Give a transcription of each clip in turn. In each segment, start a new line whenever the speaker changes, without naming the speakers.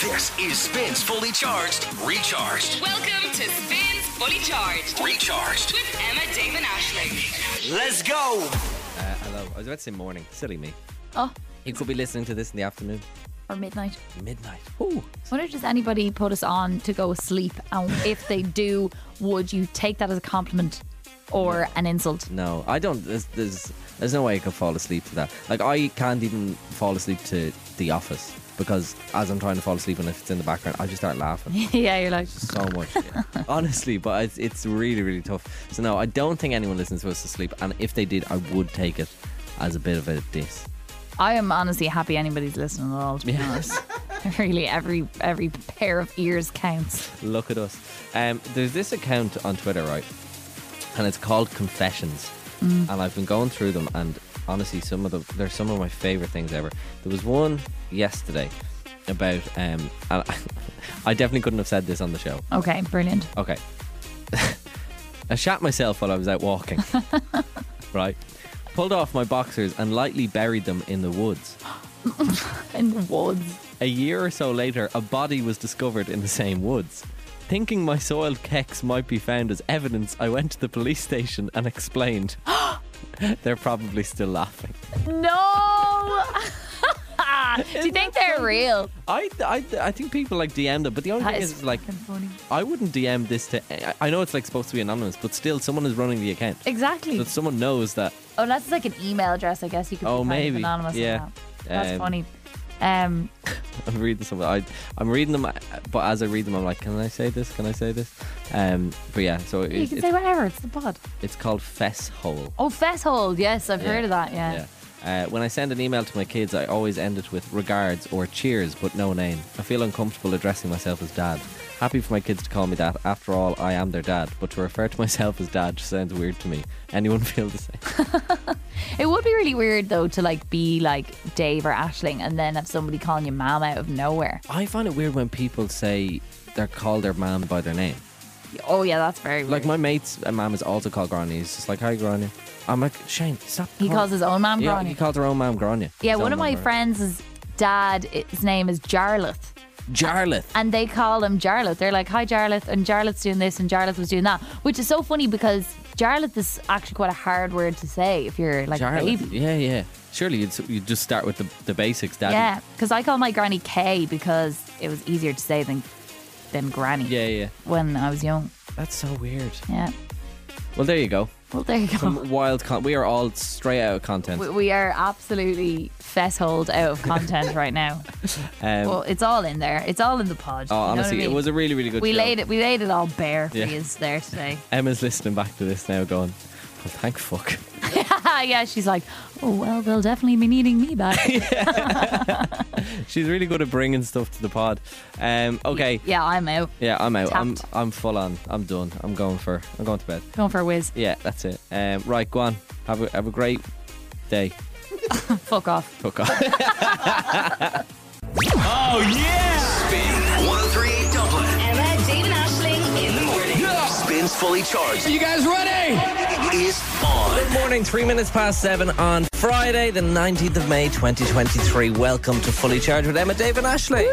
This is Spins Fully Charged, Recharged,
Welcome to Spins Fully Charged
Recharged.
with Emma Damon Ashley.
Let's go!
Uh, hello. I was about to say morning. Silly me.
Oh,
You could be listening to this in the afternoon,
or midnight.
midnight. Ooh.
I wonder does anybody put us on to go asleep, and if they do, would you take that as a compliment or an insult?
No, I don't. There's, there's, there's no way I could fall asleep to that. Like I can't even fall asleep to The Office because as I'm trying to fall asleep and if it's in the background, I just start laughing
yeah, you're like,
so much. Honestly, but it's, it's really really tough. So no, I don't think anyone listens to us asleep. And if they did, I would take it as a bit of a diss.
I am honestly happy anybody's listening at all. To be honest, really, every every pair of ears counts.
Look at us. Um, there's this account on Twitter, right? And it's called Confessions. And I've been going through them, and honestly, some of them they're some of my favorite things ever. There was one yesterday about, um, and I definitely couldn't have said this on the show.
Okay, brilliant.
Okay. I shat myself while I was out walking. right. Pulled off my boxers and lightly buried them in the woods.
In the woods.
A year or so later, a body was discovered in the same woods. Thinking my soiled kecks might be found as evidence, I went to the police station and explained. They're probably still laughing.
No. Do you think they're real?
I, I, I think people like DM'd it, but the only
That
thing
is
is, like,
fucking funny.
I wouldn't DM this to. I- I know it's like supposed to be anonymous, but still, someone is running the account.
Exactly.
So someone knows that.
Unless it's like an email address, I guess you could.
Oh,
be kind of
maybe.
anonymous. in
Yeah.
that. That's
Um,
funny. Um,
I'm reading something. I, I'm reading them, but as I read them, I'm like, can I say this? Can I say this? Um, but yeah, so
you
it,
can say
it's,
whatever. It's the pod.
it's called Fess Hole.
Oh, Fesshold. Yes, I've heard of that. Yeah.
Uh, when I send an email to my kids, I always end it with regards or cheers, but no name. I feel uncomfortable addressing myself as dad. Happy for my kids to call me that. After all, I am their dad, but to refer to myself as dad just sounds weird to me. Anyone feel the same?
It would be really weird though to like be like Dave or Ashling and then have somebody calling you mom out of nowhere.
I find it weird when people say they're called their mom by their name.
Oh yeah, that's very weird.
Like my mate's mom is also called Granny. He's just like, hi, Granny. I'm like, Shane, stop.
he
calling-"
calls his own mom
yeah,
Granny.
He calls her own mom Granny.
yeah,
His
one
own
of
mum
my
Granny.
friends' dad, his name is Jarlath.
Jarlath.
and they call him Jarlath. They're like, "Hi, Jarlath," and Jarlath's doing this, and Jarlath was doing that, which is so funny because Jarlath is actually quite a hard word to say if you're like a
Charlotte.
baby.
Yeah, yeah. Surely you'd, you'd just start with the, the basics, Daddy.
Yeah, because I call my granny Kay because it was easier to say than than Granny.
Yeah, yeah.
When I was young.
That's so weird.
Yeah.
Well, there you go.
Well, there you go.
Some wild con. We are all straight out of content.
Oh.
Um,
we, we are absolutely fesshold out of content right now.
Um,
Well, it's all in there. It's all in the pod.
oh, honestly, it was a really, really good
we
show.
laid it. We laid it all bare for
Yeah.
you there today.
Emma's listening back to this now, going, well, thank fuck.
yeah, she's like, oh well, they'll definitely be needing me back.
She's really good at bringing stuff to the pod. Um, okay.
yeah, I'm out.
Yeah, I'm out. I'm
Tapped.
I'm full on. I'm done. I'm going for. I'm going to bed.
Going for a whiz.
Yeah, that's it. Um, right, go on. Have a have a great day.
Fuck off.
Fuck off.
Spin 1038 Dublin.
Emma Damon Ashling in the morning.
Spins Fully Charged. Are you guys ready? Is on.
Good morning, three minutes past seven on Friday, the 19th of May, 2023. Welcome to Fully Charged with Emma, Dave, and Ashley.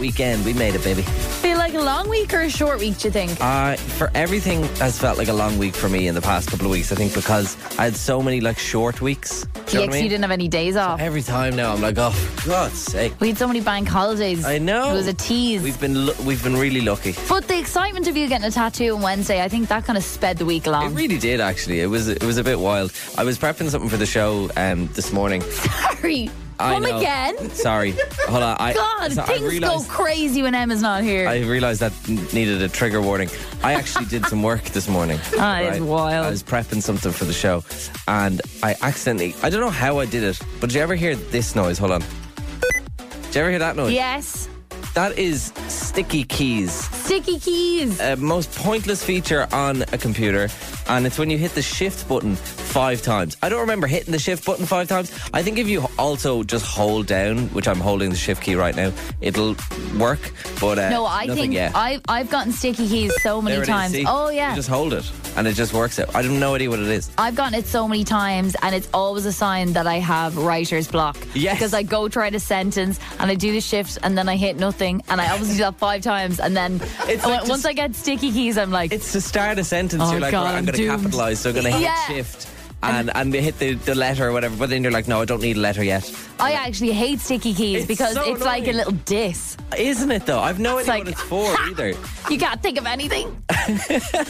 Weekend, we made it, baby.
Feel like a long week or a short week, do you think?
Uh, for everything has felt like a long week for me in the past couple of weeks. I think because I had so many like short weeks. Do you know what I mean?
you didn't have any days off.
Every time now, I'm like, oh, for God's sake.
We had so many bank holidays.
I know.
It was a tease.
We've been lu- we've been really lucky.
but the excitement of you getting a tattoo on Wednesday, I think that kind of sped the week along.
It really did actually. It was it was a bit wild. I was prepping something for the show um, this morning.
Sorry.
I
Come
know.
again.
Sorry, hold on. I,
God,
so I
things
realised-
go crazy when Emma's not here.
I realised that n- needed a trigger warning. I actually did some work this morning.
That is Ah, wild.
I was prepping something for the show, and I accidentally—I don't know how I did it, but did you ever hear this noise? Hold on. Did you ever hear that noise?
yes.
That is sticky keys,
Sticky keys.
Uh, a most pointless feature on a computer, and it's when you hit the shift button five times. I don't remember hitting the shift button five times. I think if you also just hold down, which I'm holding the shift key right now, it'll work. But uh,
No, I
nothing
think
yet.
I've I've gotten sticky keys so many
There it is,
times.
see?
oh yeah.
You just hold it and it just works out. I don't know idea what it is.
I've gotten it so many times, and it's always a sign that I have writer's block.
Yes.
Because I go try to sentence, and I do the shift, and then I hit nothing, and I obviously do that five times, and then
It's
on-
like just-
once I get sticky keys, I'm like,
It's to start a sentence.
Oh,
you're like,
God,
right, I'm
I'm
going to
doomed.
capitalize, so I'm going to hit
Yeah.
shift and and they hit the, the letter or whatever. But then you're like, no, I don't need a letter yet.
I actually hate sticky keys
It's
because
so
it's like a
annoying.
little diss.
Isn't it though? I've no idea
like-
what it's for either.
You can't think of anything.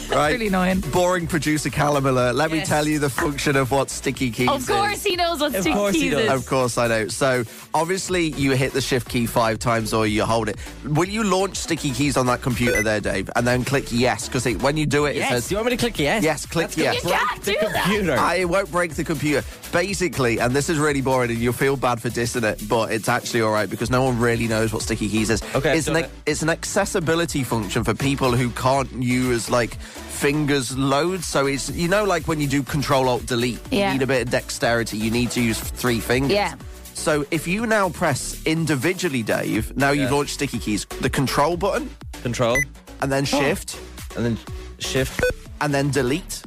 Right.
really annoying.
Boring producer Callum alert. Let me
Yes.
tell you the function of what sticky keys
Of course,
is.
he knows what sticky
course he
keys
does.
is.
Of course, I know. So, obviously, you hit the shift key five times or you hold it. Will you launch sticky keys on that computer there, Dave? And then click yes, because when you do it, it
Yes.
says
Do you want me to click yes?
Yes, click
That's gonna
yes.
You
break
can't
the
do that.
computer.
I it won't break the computer. Basically, and this is really boring, and you'll feel bad for dissing it, but it's actually all right because no one really knows what sticky keys is.
Okay,
it's
so
an
that-
it's an accessibility function for people who can't use like fingers loads. So it's you know like when you do Control Alt Delete,
Yeah.
you need a bit of dexterity. You need to use three fingers.
Yeah.
So if you now press individually, Dave, now you
Yeah.
launch sticky keys, the Control button,
Control
and
Oh.
then Shift,
and then shift.
and then Delete.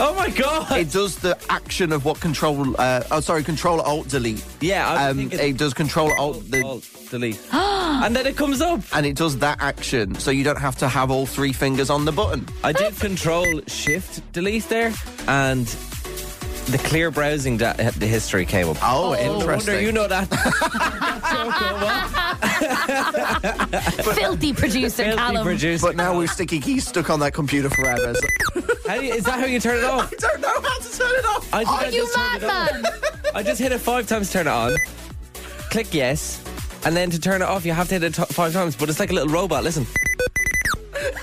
Oh my god!
it does the action of what control uh, oh sorry control alt delete
Yeah, I was
um,
thinking-
it does control alt the,
Alt, delete, and then it comes up.
and it does that action so you don't have to have all three fingers on the button
I did Control Shift Delete there, and the clear browsing da- the history came up.
oh,
No wonder
interesting
you know that.
Filthy producer
Filthy
Callum.
producer.
but now we've sticky keys stuck on that computer forever so
How do you- is that how you turn it off?
I don't know how to turn it off
I think
Are
I
you
just turned it on.
madman?
I just hit it five times to turn it on. Click yes, and then to turn it off, you have to hit it t- five times. But it's like a little robot. Listen.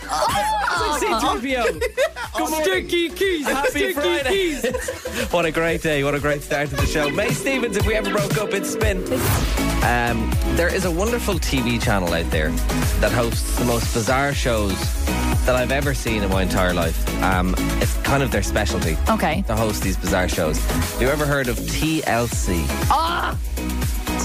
Oh,
C3PO. Sticky keys. Happy Friday. what a great day. What a great start to the show. May Stevens, if we ever broke up, it's spin. Um, there is a wonderful TV channel out there that hosts the most bizarre shows that I've ever seen in my entire life. Um, it's kind of their specialty
Okay.
to host these bizarre shows. Have you ever heard of TLC?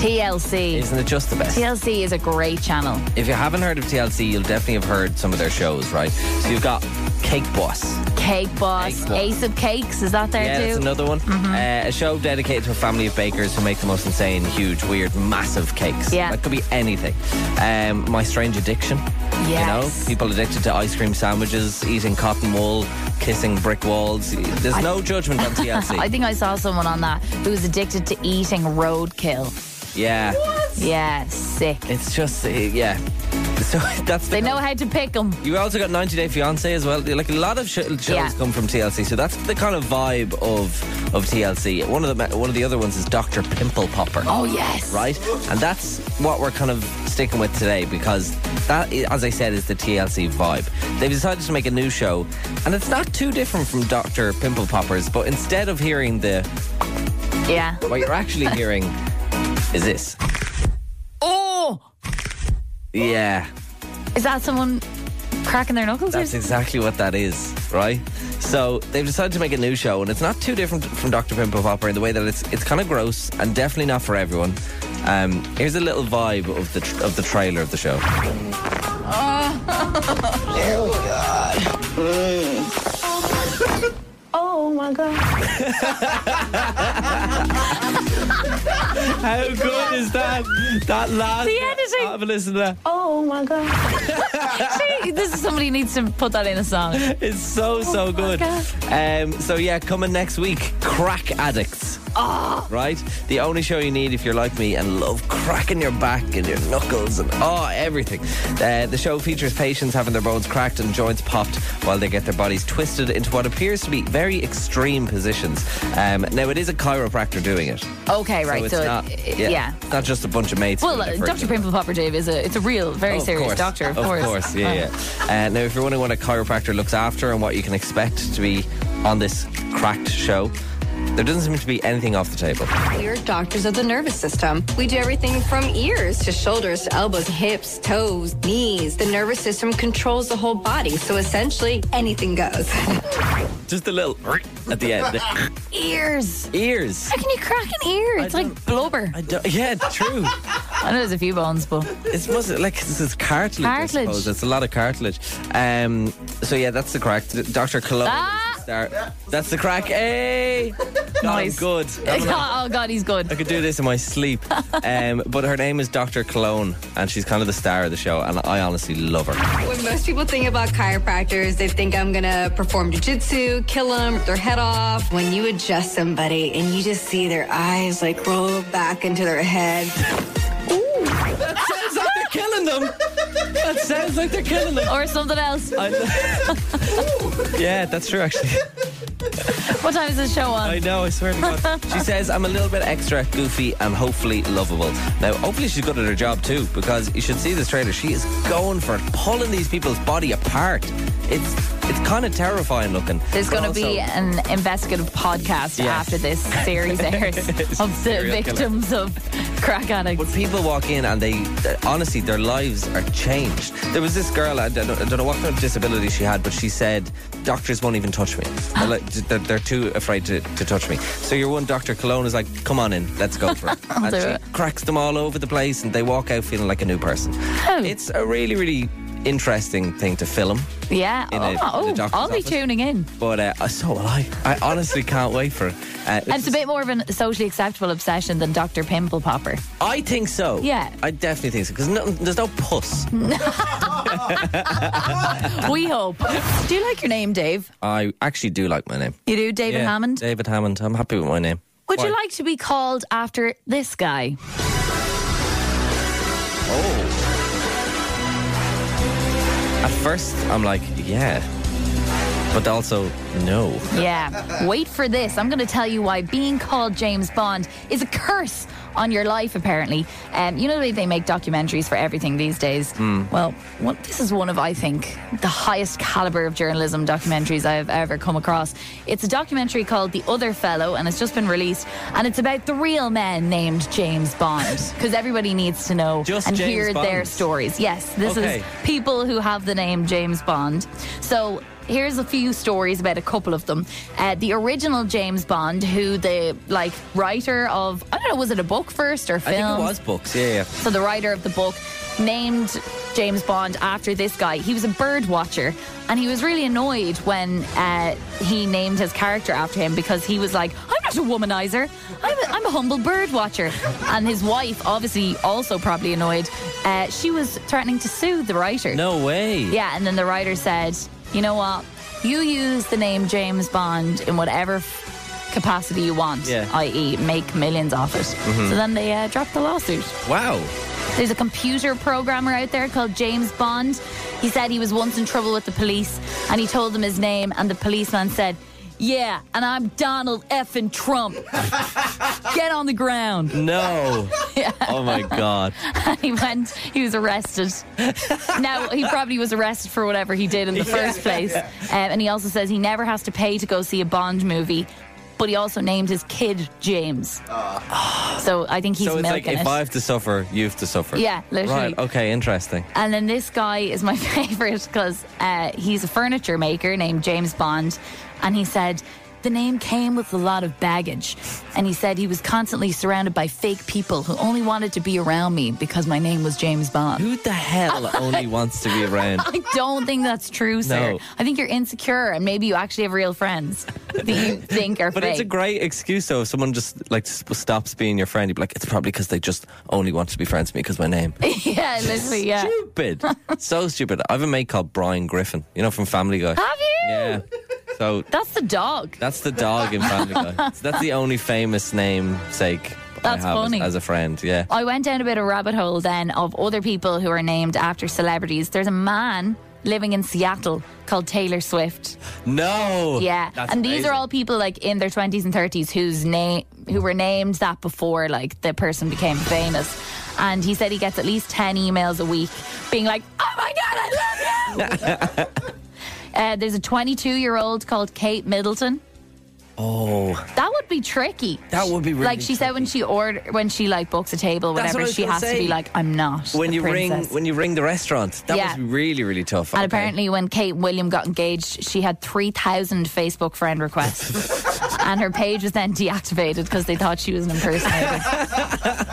TLC.
Isn't it just the best?
TLC is a great channel.
If you haven't heard of TLC, you'll definitely have heard some of their shows, right? So you've got Cake Boss.
Cake Boss,
Cake Boss.
Ace of Cakes, is that there
Yeah,
too? Mm-hmm.
that's another one. Uh, a show dedicated to a family of bakers who make the most insane, huge, weird, massive cakes.
Yeah.
That could be anything. Um, My Strange Addiction.
Yes.
You know, people addicted to ice cream sandwiches, eating cotton wool, kissing brick walls. There's no judgment on TLC.
I think I saw someone on that who was addicted to eating roadkill.
yeah.
Yeah, sick.
It's just, uh, yeah. So that's the
They know how to pick them.
You also got 90 Day Fiance as well. Like a lot of sh- shows
Yeah.
come from TLC, so that's the kind of vibe of of TLC. One of the one of the other ones is Doctor Pimple Popper.
Oh, yes.
Right, and that's what we're kind of sticking with today because that, i- as I said, is the TLC vibe. They've decided to make a new show, and it's not too different from Doctor Pimple Poppers, but instead of hearing the,
Yeah.
what you're actually hearing is this.
Oh,
Yeah,
is that someone cracking their knuckles?
That's
or
exactly what that is, right? So they've decided to make a new show, and it's not too different from Doctor Pimple Popper in the way that it's it's kind of gross and definitely not for everyone. Um, here's a little vibe of the tr- of the trailer of the show.
Mm. Oh my god.
How good is that? That last.
The editing.
Have a listen to that.
Oh my god.
Gee, this is somebody who needs to put that in a song.
It's
Oh
so so good. Um, so yeah, coming next week, Crack Addicts.
Ah.
Right, the only show you need if you're like me and love cracking your back and your knuckles and oh everything. Uh, the show features patients having their bones cracked and joints popped while they get their bodies twisted into what appears to be very extreme positions. Um, now it is a chiropractor doing it,
Okay,
so
right.
it's
So,
not
yeah.
it's not just a bunch of mates.
Well,
doing it
uh,
for
Dr.
each other.
Pimple Popper Dave is a it's a real, very
Of
serious
course.
doctor, of, course.
yeah, yeah. Uh, now, if you're wondering what a chiropractor looks after and what you can expect to be on this cracked show, There doesn't seem to be anything off the table.
We're doctors of the nervous system. We do everything from ears to shoulders to elbows, hips, toes, knees. The nervous system controls the whole body, so essentially anything goes.
Just a little at the end.
Ears.
Ears.
How can you crack an ear? It's like blubber.
I don't, yeah, true.
I know there's a few bones, but
It's mostly like this is cartilage. I
Cartilage.
suppose. It's a lot of cartilage. Um, so yeah, that's the crack. Doctor Cologne.
Ah!
Star. That's the crack. Hey,
Nice.
I'm good. I'm not-
oh god, he's good.
I could do this in my sleep. Um, but her name is Dr. Cologne, and she's kind of the star of the show, and I honestly love her.
When most people think about chiropractors, they think I'm gonna perform jujitsu, kill them, rip their head off. When you adjust somebody and you just see their eyes like roll back into their head,
Sounds like they're killing them. That sounds like they're killing them.
Or something else.
yeah, that's true, actually.
What time is the show on?
I know, I swear to God. She says, I'm a little bit extra, goofy, and hopefully lovable. Now, hopefully she's good at her job too, because you should see this trailer. She is going for it, pulling these people's body apart. It's it's kind of terrifying looking.
There's
but
going to
also-
be an investigative podcast
Yes.
after this series airs of the
serial killer.
victims of crack addicts.
But people walk in and they, honestly, their lives are changed. There was this girl, I don't, I don't know what kind of disability she had, but she said, Doctors won't even touch me. They're, like, they're, they're too afraid to, to touch me. So your one Dr. Cologne is like, Come on in, let's go for it. and
do
she
it.
cracks them all over the place and they walk out feeling like a new person.
Oh.
It's a really, really interesting thing to film.
yeah.
in a- in a
oh, oh,
doctor's
I'll be
office.
tuning in.
But uh, so will I. I honestly can't wait for it. Uh,
And it's a bit more of a socially acceptable obsession than Dr. Pimple Popper.
I think so.
Yeah. Mm.
I definitely think so. Because no, there's no puss.
we hope. Do you like your name, Dave?
I actually do like my name.
You do, David
Yeah,
Hammond?
David Hammond. I'm happy with my name.
Would you
Why?
like to be called after this guy?
At first, I'm like, yeah, but also no.
Yeah. Wait for this. I'm going to tell you why being called James Bond is a curse on your life, apparently. Um, you know the way they make documentaries for everything these days?
Hmm.
Well, one, this is one of, I think, the highest caliber of journalism documentaries I have ever come across. It's a documentary called The Other Fellow, and it's just been released. And it's about the real man named James Bond, because everybody needs to know
Just
and
James
hear their
Bond.
stories. Yes, this
Okay.
is people who have the name James Bond. So here's a few stories about a couple of them. Uh, the original James Bond, who the like writer of I don't know, was it a book first or
I
film?
think it was books. Yeah, yeah.
So the writer of the book named James Bond after this guy. He was a bird watcher, and he was really annoyed when uh, he named his character after him because he was like, "I'm not a womanizer. I'm a, I'm a humble bird watcher." And his wife, obviously, also probably annoyed. Uh, she was threatening to sue the writer.
No way.
Yeah, and then the writer said, "You know what? You use the name James Bond in whatever." F- capacity you want
Yeah.
i.e make millions off it so then they uh, dropped the lawsuit
Wow.
there's a computer programmer out there called James Bond. He said he was once in trouble with the police and he told them his name, and the policeman said, Yeah, and I'm Donald F. and Trump. Get on the ground.
No. Oh my god.
And he went, he was arrested. now, he probably was arrested for whatever he did in the first place. Um, and he also says he never has to pay to go see a Bond movie. But he also named his kid James. So I think he's
Ah. so it's like if
milking it.
I have to suffer, you have to suffer.
Yeah, literally.
Right. Okay. Interesting.
And then this guy is my favorite because uh, he's a furniture maker named James Bond. And he said, the name came with a lot of baggage. And he said he was constantly surrounded by fake people who only wanted to be around me because my name was James Bond.
Who the hell only wants to be around?
I don't think that's true, sir.
No.
I think you're insecure and maybe you actually have real friends that you think are
But
fake.
it's a great excuse, though. If someone just like s- stops being your friend, you'd be like, "It's probably because they just only want to be friends with me because my name."
yeah, literally, yeah.
Stupid. so stupid. I have a mate called Brian Griffin. You know from Family Guy.
Have you?
Yeah. So
That's the dog.
That's the dog in Family Guy. So that's the only famous namesake I
That's
have as-
funny.
As, a friend. Yeah.
I went down a bit of a rabbit hole then of other people who are named after celebrities. There's a man living in Seattle called Taylor Swift.
No.
Yeah.
Oh, That's
and these
amazing.
are all people like in their 20s and 30s whose name who were named that before like the person became famous. And he said he gets at least 10 emails a week being like, "Oh my god, I love you." uh, there's a 22-year-old called Kate Middleton.
Oh,
That would be tricky.
That would be really
like she said when she order when she like books a table,
That's what I
whatever.
was
She
gonna
has to
say.
be like, I'm not
when
the
you ring
princess."
when you ring the restaurant, that
Yeah.
must be really really tough.
and
Okay.
apparently, when Kate and William got engaged, she had 3,000 Facebook friend requests. and her page was then deactivated because they thought she was an impersonator.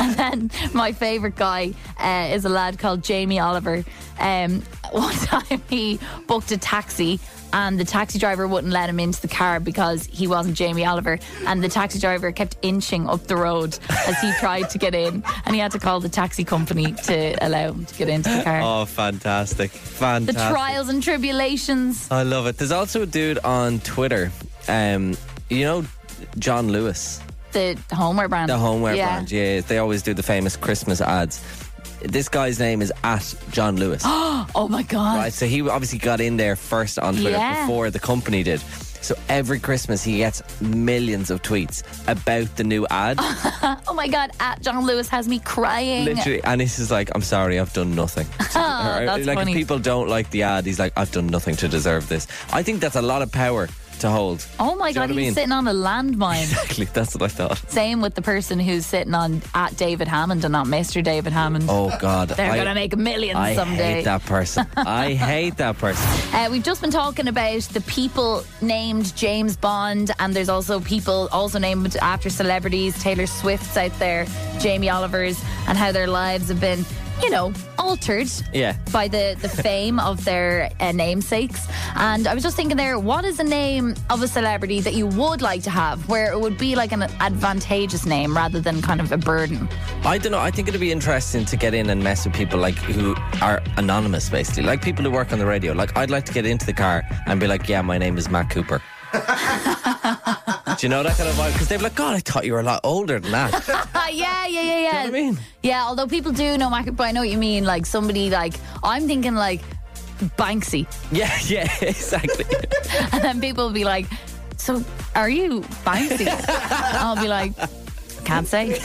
and then my favourite guy uh, is a lad called Jamie Oliver. Um, one time he booked a taxi. And the taxi driver wouldn't let him into the car because he wasn't Jamie Oliver. And the taxi driver kept inching up the road as he tried to get in. And he had to call the taxi company to allow him to get into the car.
Oh, fantastic!
The
Fantastic.
trials and tribulations.
I love it. There's also a dude on Twitter. Um, you know, John Lewis.
The homeware brand.
The homeware
yeah.
brand, yeah. They always do the famous Christmas ads. This guy's name is at John Lewis.
Oh my god.
right, so he obviously got in there first on Twitter
Yeah.
before the company did. So every Christmas he gets millions of tweets about the new ad.
Oh my god. At John Lewis has me crying.
Literally, and this is like, I'm sorry, I've done nothing. Or,
Oh, that's
like
funny.
if people don't like the ad, he's like, I've done nothing to deserve this. I think that's a lot of power to hold.
Oh my
Do you know what
god,
I
he's
mean?
sitting on a landmine.
Exactly, that's what I thought.
Same with the person who's sitting on at David Hammond and not Mr. David Hammond.
Oh God,
They're
I-
gonna make millions
I
someday.
hate that person. I hate that person.
Uh, we've just been talking about the people named James Bond, and there's also people also named after celebrities, Taylor Swift's out there, Jamie Oliver's, and how their lives have been, you know, altered
Yeah.
by the, the fame of their uh, namesakes. And I was just thinking there, what is a name of a celebrity that you would like to have where it would be like an advantageous name rather than kind of a burden?
I don't know. I think it'd be interesting to get in and mess with people like who are anonymous, basically, like people who work on the radio. Like I'd like to get into the car and be like, "Yeah, my name is Matt Cooper." Do you know that kind of vibe? Because they'd be like, "God, I thought you were a lot older than that."
Ah, yeah, yeah, yeah, yeah.
what I mean?
Yeah, although people do know Mac, but I know what you mean. Like somebody like I'm thinking like Banksy,
yeah, yeah, exactly.
and then people will be like, "So are you Banksy?" I'll be like, "Can't say."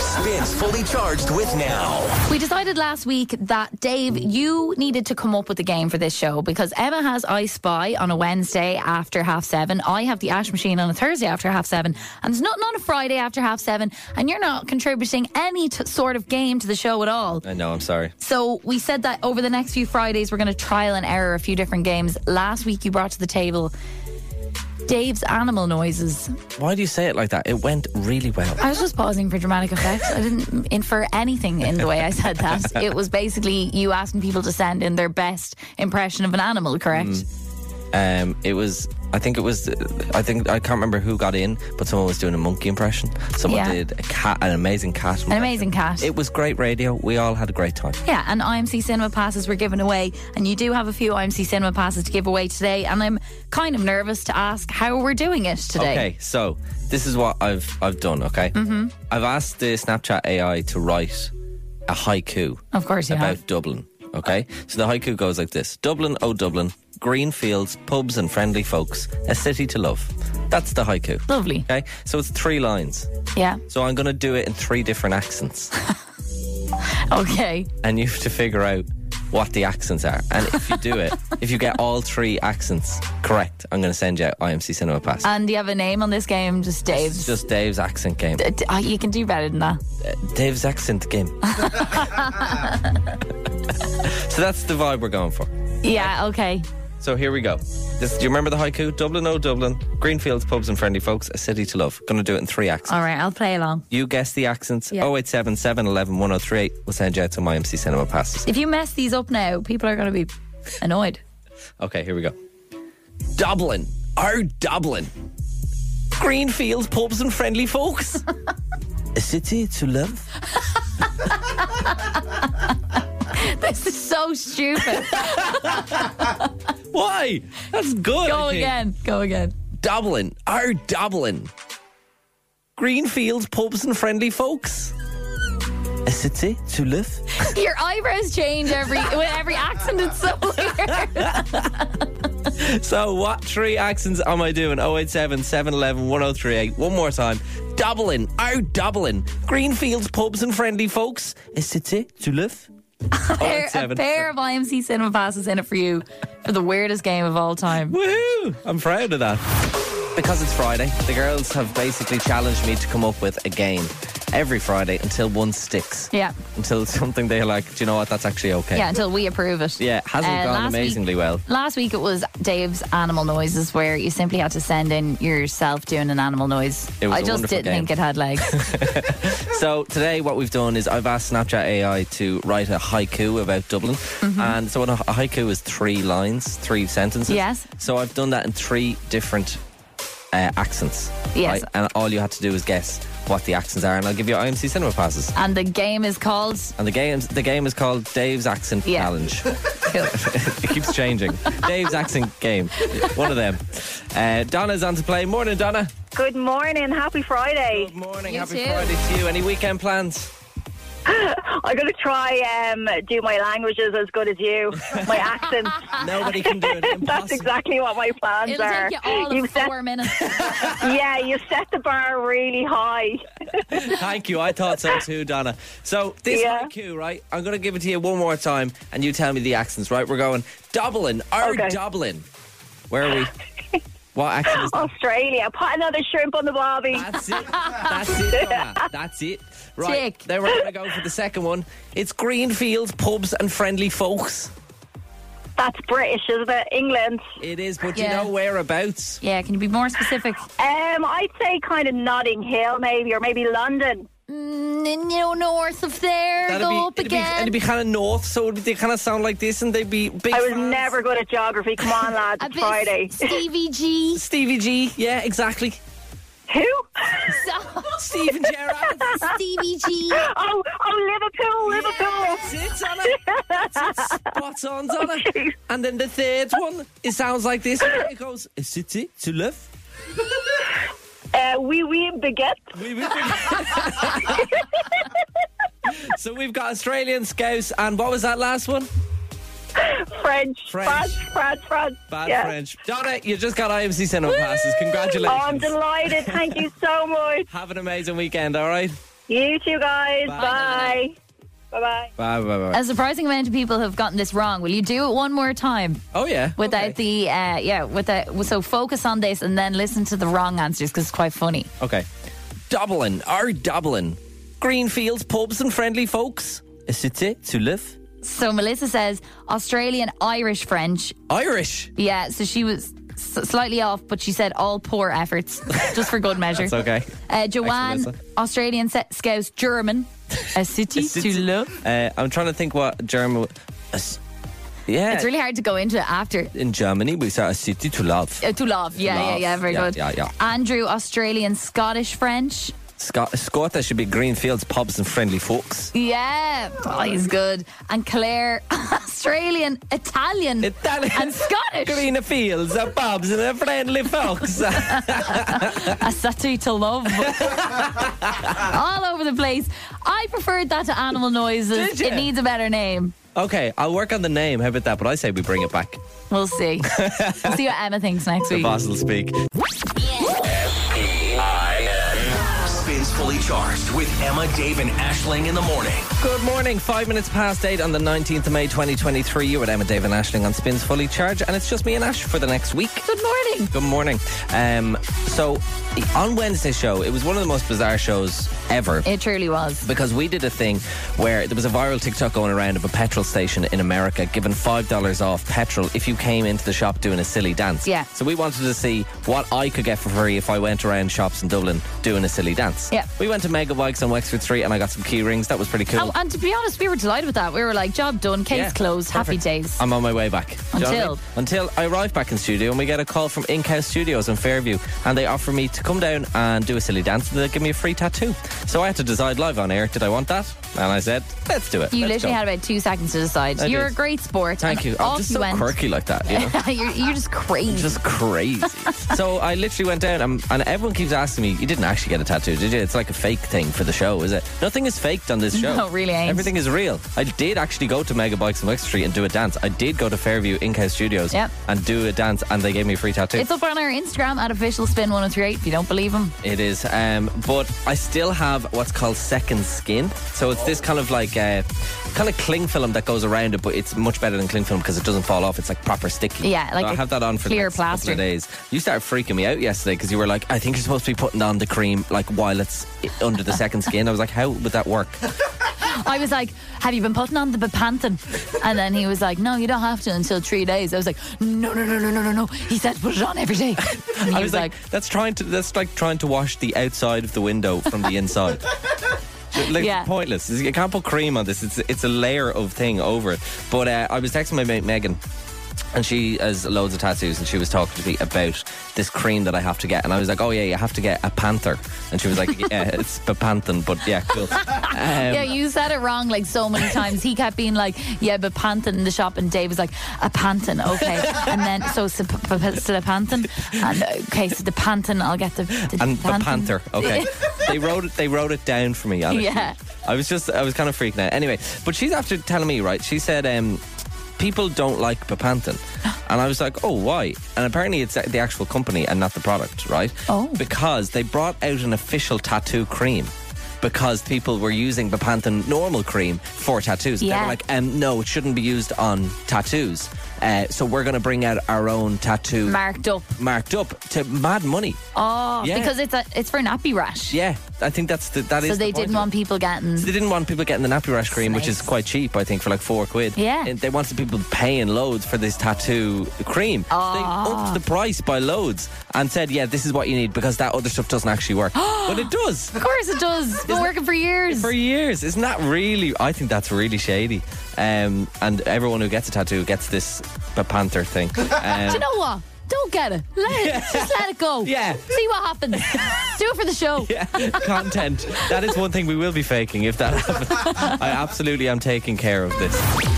Spins fully charged with now.
We decided last week that Dave, you needed to come up with a game for this show because Emma has I Spy on a Wednesday after half seven. I have the Ash Machine on a Thursday after half seven, and there's nothing on a Friday after half seven. And you're not contributing any t- sort of game to the show at all.
I know. I'm sorry.
So we said that over the next few Fridays, we're going to trial and error a few different games. Last week, you brought to the table Dave's animal noises.
Why do you say it like that? It went really well.
I was just pausing for dramatic effect. I didn't infer anything in the way I said that. It was basically you asking people to send in their best impression of an animal, correct?
Mm. Um, it was. I think it was. I think I can't remember who got in, but someone was doing a monkey impression. Someone
Yeah.
did a cat, an amazing cat.
An amazing cat.
It was great radio. We all had a great time.
Yeah, and IMC cinema passes were given away, and you do have a few IMC cinema passes to give away today. And I'm kind of nervous to ask how we're doing it today.
Okay, so this is what I've I've done. Okay, mm-hmm. I've asked the Snapchat AI to write a haiku
Of course you
about
have.
Dublin. Okay, so the haiku goes like this: Dublin, oh Dublin, green fields, pubs, and friendly folks, a city to love. That's the haiku.
Lovely.
Okay, so it's three lines.
Yeah.
So I'm going to do it in three different accents.
Okay.
and you have to figure out what the accents are. And if you do it, if you get all three accents correct, I'm going to send you out IMC Cinema Pass.
And do you have a name on this game? Just
it's
Dave's.
just Dave's accent game.
Uh, d- oh, you can do better than that.
Dave's accent game. so that's the vibe we're going for.
Yeah, okay.
So here we go. This, do you remember the haiku? Dublin, oh Dublin, Greenfields, pubs and friendly folks, a city to love. Going to do it in three accents.
All right, I'll play along.
You guess the accents. Oh,
Yeah.
087 711 1038. oh, We'll send you out some IMC Cinema Passes.
If you mess these up now, people are going to be annoyed.
Okay, here we go. Dublin. Oh, Dublin. Greenfields, pubs, and friendly folks. A city to love.
this is so stupid.
Why? That's good.
Go
I think.
again. Go again.
Dublin. Oh, Dublin. Greenfields, pubs, and friendly folks. A city to live.
Your eyebrows change every with every accent. It's so weird.
So, what three accents am I doing? 087 711 1038. One more time. Dublin. Oh, Dublin. Greenfields, pubs, and friendly folks. A city to live.
pair, a
087.
pair of IMC cinema passes in it for you for the weirdest game of all time.
Woohoo! I'm proud of that. Because it's Friday, the girls have basically challenged me to come up with a game every Friday until one sticks.
Yeah.
Until it's something they're like, do you know what? That's actually okay.
Yeah, until we approve it.
Yeah, it hasn't
Uh,
gone
last week-
amazingly well.
Last week it was Dave's animal noises, where you simply had to send in yourself doing an animal noise.
It was
I
a
just
wonderful
didn't
game.
think it had legs.
So today, what we've done is I've asked Snapchat AI to write a haiku about Dublin,
Mm-hmm.
and so what a a haiku is three lines, three sentences.
Yes.
So I've done that in three different uh, accents.
Yes.
And all you have to do is guess what the accents are, and I'll give you IMC cinema passes.
and the game is called.
And the games, the game is called Dave's Accent
Yeah.
Challenge.
Cool.
it keeps changing. Dave's accent game. One of them. Uh, Donna's on to play. Morning, Donna.
Good morning. Happy Friday.
Good morning.
You
Happy
too.
Friday to you. Any weekend plans?
I'm going to try um do my languages as good as you. My accent.
Nobody can do it.
That's exactly what my plans
It'll
are.
take you all of
You've set,
four minutes.
yeah, you set the bar really high.
Thank you. I thought so too, Donna. So this
Yeah.
haiku, right? I'm going to give it to you one more time, and you tell me the accents, right? We're going Dublin or
Okay.
Dublin. Where are we? what accent is that?
Australia. Put another shrimp on the barbie.
That's it. That's it. Donna. That's it. Right.
Tick.
Then we're going to go for the second one. It's Greenfields, pubs, and friendly folks.
That's British, isn't it? England.
It is, but do
Yeah.
you know whereabouts?
Yeah, can you be more specific?
Um, I'd say kind of Notting Hill, maybe, or maybe London.
Mm, you know, north of there, go up
it'd be,
again.
it'd be kind of north, so it'd be, they kind of sound like this, and they'd be big.
I was
fans.
never good at geography. Come on, lads.
a
It's
bit
Friday.
Stevie G.
Stevie G. Yeah, exactly.
Who?
So-
Stephen Gerrard.
Stevie G.
Oh, oh, Liverpool,
That's it, Donna. That's it. Spot on, Donna.
Liverpool.
And then the third one, it sounds like this. It goes, a city to love.
Uh, wee wee baguette.
We will be- so we've got Australian Scouse, and what was that last one?
French.
French.
France, France, France.
Bad
Yeah.
French. Donna, you just got IMC Cinema passes.
Oh, I'm
Congratulations.
delighted. Thank you so much.
Have an amazing weekend, all right?
You two guys.
Bye.
Bye. Bye bye.
Bye, bye, bye.
A surprising amount of people have gotten this wrong. Will you do it one more time
oh, yeah.
without
okay.
the uh, yeah without so focus on this and then listen to the wrong answers because it's quite funny.
Okay. Dublin, our Dublin. Greenfields, pubs, and friendly folks. A city to live.
So Melissa says Australian Irish French.
Irish.
Yeah, so she was s- slightly off, but she said all poor efforts just for good measure.
It's okay.
Uh, Joanne,
Melissa.
Australian se- Scouse German. A city to love.
Uh, I'm trying to think what German. a s- Yeah.
It's really hard to go into it after.
In Germany, we say a city to love.
Uh, to love. Yeah, yeah,
love.
yeah. Very
Yeah,
good.
yeah, yeah.
Andrew, Australian Scottish French.
Scot- Scottish should be Greenfields, pubs, and friendly folks.
Yeah, oh, he's good. And Claire, Australian, Italian,
Italian.
and Scottish.
Greenfields, uh, pubs, and uh, friendly folks.
A city to love. All over the place. I preferred that to animal noises.
Did ya?
It needs a better name.
okay, I'll work on the name. How about that? But I say we bring it back.
We'll see. we'll see what Emma thinks next
The
week.
boss will speak.
Spins fully charged with Emma, Dave, and Ashling in the morning.
Good morning. Five minutes past eight on the 19th of May 2023. You're with Emma, Dave, and Ashling on Spins Fully Charged, and it's just me and Ash for the next week.
Good morning.
Good morning. Um, so, on Wednesday's show, it was one of the most bizarre shows ever.
It truly was.
because we did a thing where there was a viral TikTok going around of a petrol station in America giving five dollars off petrol if you came into the shop doing a silly dance.
Yeah.
So we wanted to see what I could get for free if I went around shops in Dublin doing a silly dance.
Yeah.
We went to Mega Bikes on Wexford Street and I got some key rings. That was pretty cool.
Oh, and to be honest, we were delighted with that. We were like, job done, case
Yeah, Um,
closed, happy days.
I'm on my way back. Do you know what I
Until-
mean? until I arrive back in studio and we get a call from Ink House Studios in Fairview and they offer me to come down and do a silly dance and they'll give me a free tattoo. So I had to decide live on air, did I want that? And I said, let's do it.
you
Let's
literally
go.
had about two seconds to decide.
I
You're
did.
a great sport.
Thank
and
you. I'm
Off
just
you
so
went.
quirky like that. You know?
you're, you're just crazy.
just crazy. so I literally went down, and, and everyone keeps asking me, "You didn't actually get a tattoo, did you? It's like a fake thing for the show, is it? Nothing is faked on this show.
No, it really ain't.
Everything is real. I did actually go to Mega Bikes and West Street and do a dance. I did go to Fairview Ink House Studios
Yep.
and do a dance, and they gave me a free tattoo.
oh It's up on our Instagram at official spin 1038 if you don't believe him.
It is. Um, but I still have what's called second skin. So it's this kind of like uh, kind of cling film that goes around it, but it's much better than cling film because it doesn't fall off. It's like proper sticky.
Yeah, like
so I
a
have that on for the
clear
next couple of
plaster.
days. You started freaking me out yesterday because you were like, "I think you're supposed to be putting on the cream like while it's i- under the second skin." I was like, "How would that work?"
I was like, "Have you been putting on the Bepanthen?" And then he was like, "No, you don't have to until three days." I was like, "No, no, no, no, no, no, no." He said, "Put it on every day." And he
I
was like,
"That's trying to that's like trying to wash the outside of the window from the inside." Like,
Yeah.
pointless. You can't put cream on this. It's it's a layer of thing over it. But uh, I was texting my mate Megan, and she has loads of tattoos, and she was talking to me about this cream that I have to get, and I was like, "Oh yeah, you have to get a panther," and she was like, "Yeah, it's Bepanthen, but yeah, cool." Um,
"Yeah, you said it wrong like so many times." He kept being like, "Yeah, Bepanthen in the shop," and Dave was like, "A Panthen, okay." And then so it's a p- p- it's a Panthen, and okay, so the Panthen, I'll get the, the
and the
Panthen.
panther. Okay, they wrote it. They wrote it down for me. Honestly.
Yeah.
I was just, I was kind of freaking out. Anyway, but she's after telling me, right? She said, um, people don't like Bepanthen, and I was like, oh, why? And apparently, it's the actual company and not the product, right?
Oh.
because they brought out an official tattoo cream. Because people were using Bepanthen normal cream for tattoos. They
Yeah.
were like, um, no, it shouldn't be used on tattoos. Uh, so we're going to bring out our own tattoo
marked up.
marked up to mad money.
Oh,
Yeah.
because it's a it's for nappy rash.
Yeah, I think that's the that is.
So they
the point
didn't
of
want people getting.
it. They didn't want people getting the nappy rash cream, which is
Nice.
quite cheap, I think, for like four quid.
Yeah.
And they wanted people paying loads for this tattoo cream. So they
Ah.
upped the price by loads and said, "Yeah, this is what you need because that other stuff doesn't actually work, but it does."
Of course it does. It's been working for years.
For years, isn't that really? I think that's really shady. Um, and everyone who gets a tattoo gets this panther thing. Um,
Do you know what? Don't get it. Let it just let it go.
Yeah.
See what happens. Do it for the show.
Yeah, content. That is one thing we will be faking if that happens. I absolutely am taking care of this.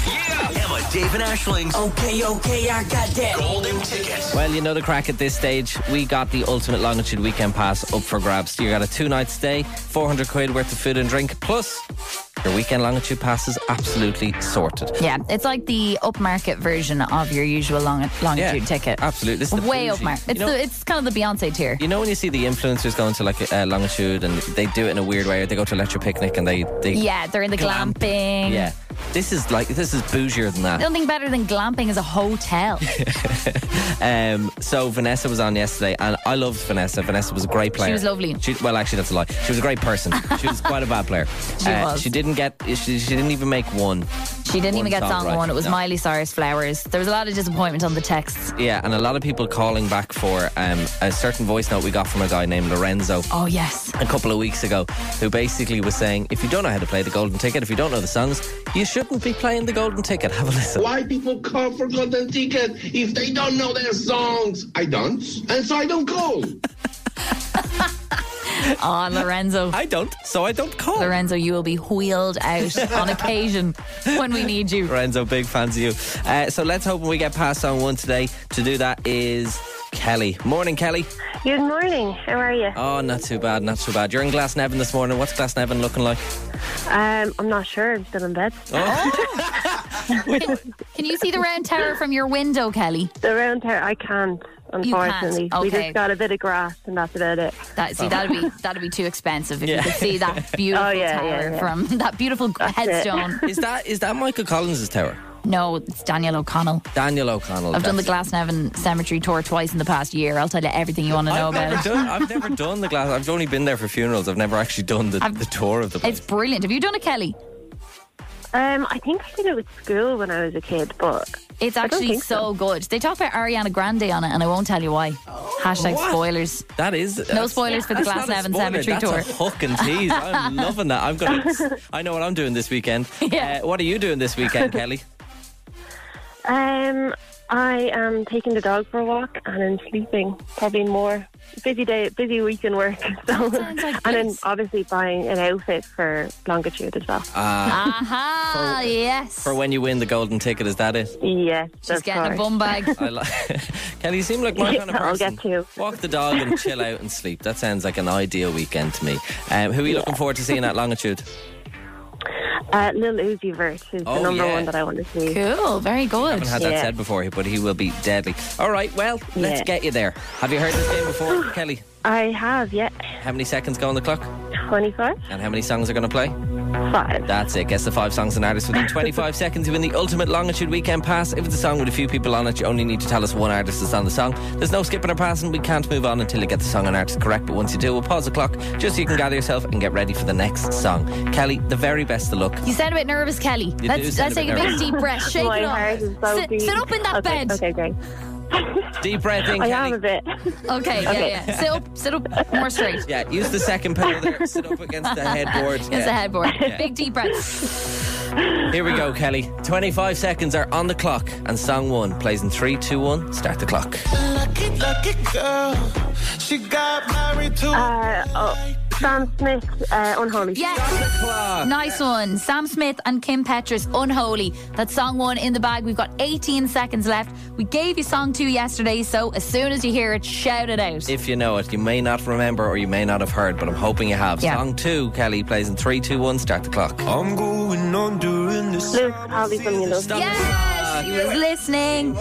Emma, Dave, and Ashling's. Okay, okay, I got that. Golden ticket.
Well, you know the crack at this stage. We got the ultimate longitude weekend pass up for grabs. You got a two night stay, 400 quid worth of food and drink, plus your weekend longitude pass is absolutely sorted.
Yeah, it's like the upmarket version of your usual long, longitude
Yeah,
ticket.
absolutely. This is the
way
bougie.
upmarket. It's
You know-
the, it's kind of the Beyonce tier.
You know when you see the influencers going to like a uh, longitude and they do it in a weird way, or they go to a lecture picnic and they, they
Yeah, they're in the
Glamp.
glamping.
yeah. This is like this is bougier than that.
Nothing better than glamping is a hotel.
Um, so Vanessa was on yesterday, and I loved Vanessa. Vanessa was a great player.
was lovely.
She, well, actually, that's a lie. She was a great person. she was quite a bad player. She
was.
She didn't get. She, she didn't even make one.
She didn't
One
even get
song
song
right,
one. It was
no.
Miley Cyrus Flowers. There was a lot of disappointment on the texts.
Yeah, and a lot of people calling back for um, a certain voice note we got from a guy named Lorenzo.
Oh yes.
A couple of weeks ago, who basically was saying, if you don't know how to play the golden ticket, if you don't know the songs, you shouldn't be playing the golden ticket. Have a listen.
Why people call for golden tickets if they don't know their songs? I don't, and so I don't call.
Oh Lorenzo.
I don't, so I don't call.
Lorenzo, you will be wheeled out on occasion when we need you.
Lorenzo, big fans of you. Uh, so let's hope when we get past on one today. To do that is Kelly. Morning, Kelly.
Good morning. How are you?
Oh, not too bad, not too bad. You're in Glasnevin this morning. What's Glasnevin looking like?
Um, I'm not sure. I'm still in bed.
Can, can you see the round tower from your window, Kelly?
The round here, I can't. Unfortunately, we
Okay.
just got a bit of grass, and that's about it.
That see, that'd be that'd be too expensive if
Yeah.
you could see that beautiful
Oh, yeah,
tower
yeah, yeah.
from that beautiful headstone.
Is that is that Michael Collins's tower?
No, it's Daniel O'Connell.
Daniel O'Connell.
I've done the
that's-
Glasnevin Cemetery tour twice in the past year. I'll tell you everything you want to know
I've
about
never,
it.
done, I've never done the glass. I've only been there for funerals. I've never actually done the, the tour of the place.
It's brilliant. Have you done it, Kelly?
Um, I think I did it with school when I was a kid, but
It's
don't
actually
think
so good. They talk about Ariana Grande on it, and I won't tell you why. Hashtag
what?
spoilers.
That is
No spoilers for the
that's not a
Glasnevin
spoiler,
Cemetery
that's
tour.
A hook and tease. I'm loving that. I'm gonna. I know what I'm doing this weekend.
Yeah.
Uh, what are you doing this weekend, Kelly?
um, I am taking the dog for a walk and I'm sleeping. Probably more busy day, busy week in work. So,
sounds like
and then
this.
obviously buying an outfit for longitude as well.
Aha! yes.
For when you win the golden ticket, is that it?
yes,
She's
of
getting a
course.
bum bag.
I li- Kelly, you seem like my kind of
I'll
person.
get you.
Walk the dog and chill out and sleep. That sounds like an ideal weekend to me. Um, who are you looking forward to seeing at Longitude?
Uh, Lil Uzi Vert is
Oh,
the number
yeah.
one that I want to see.
Cool. Very good.
haven't had that
Yeah.
said before, but he will be deadly. All right, well, let's
Yeah.
get you there. Have you heard this game before, Kelly?
I have, yeah.
How many seconds go on the clock?
25?
And how many songs are going to play?
5.
That's it. Guess the five songs and artists within 25 seconds. You win the ultimate longitude weekend pass. If it's a song with a few people on it, you only need to tell us one artist is on the song. There's no skipping or passing. We can't move on until you get the song and artist correct. But once you do, we'll pause the clock just so you can gather yourself and get ready for the next song. Kelly, the very best of luck.
You sound a bit nervous, Kelly.
do
let's
sound
let's
a bit
take a big
nervous.
deep breath. Shake
My
it off.
heart is so
sit,
beat.
sit up in that
okay,
bed.
Okay, great.
Deep breath in,
I am
Kelly.
a bit.
Okay, yeah, yeah. Sit up, sit up more straight.
Yeah, use the second pedal there. Sit up against the headboard.
Against the
Yeah.
headboard. Big deep breath.
Here we go, Kelly. 25 seconds are on the clock, and song one plays in three, two, one. Start the clock.
Lucky, lucky girl. She got married to
Uh, oh, Sam Smith, uh, Unholy.
Yes.
Clock.
Nice one. Sam Smith and Kim Petras, Unholy. That's song one in the bag. We've got 18 seconds left. We gave you song two yesterday, so as soon as you hear it, shout it out.
If you know it, you may not remember or you may not have heard, but I'm hoping you have.
Yeah.
Song two, Kelly plays in three, two, one. Start the clock.
I'm going on doing this.
Luke, I'll be from you, love.
Stop. uh,
Yes, he was listening.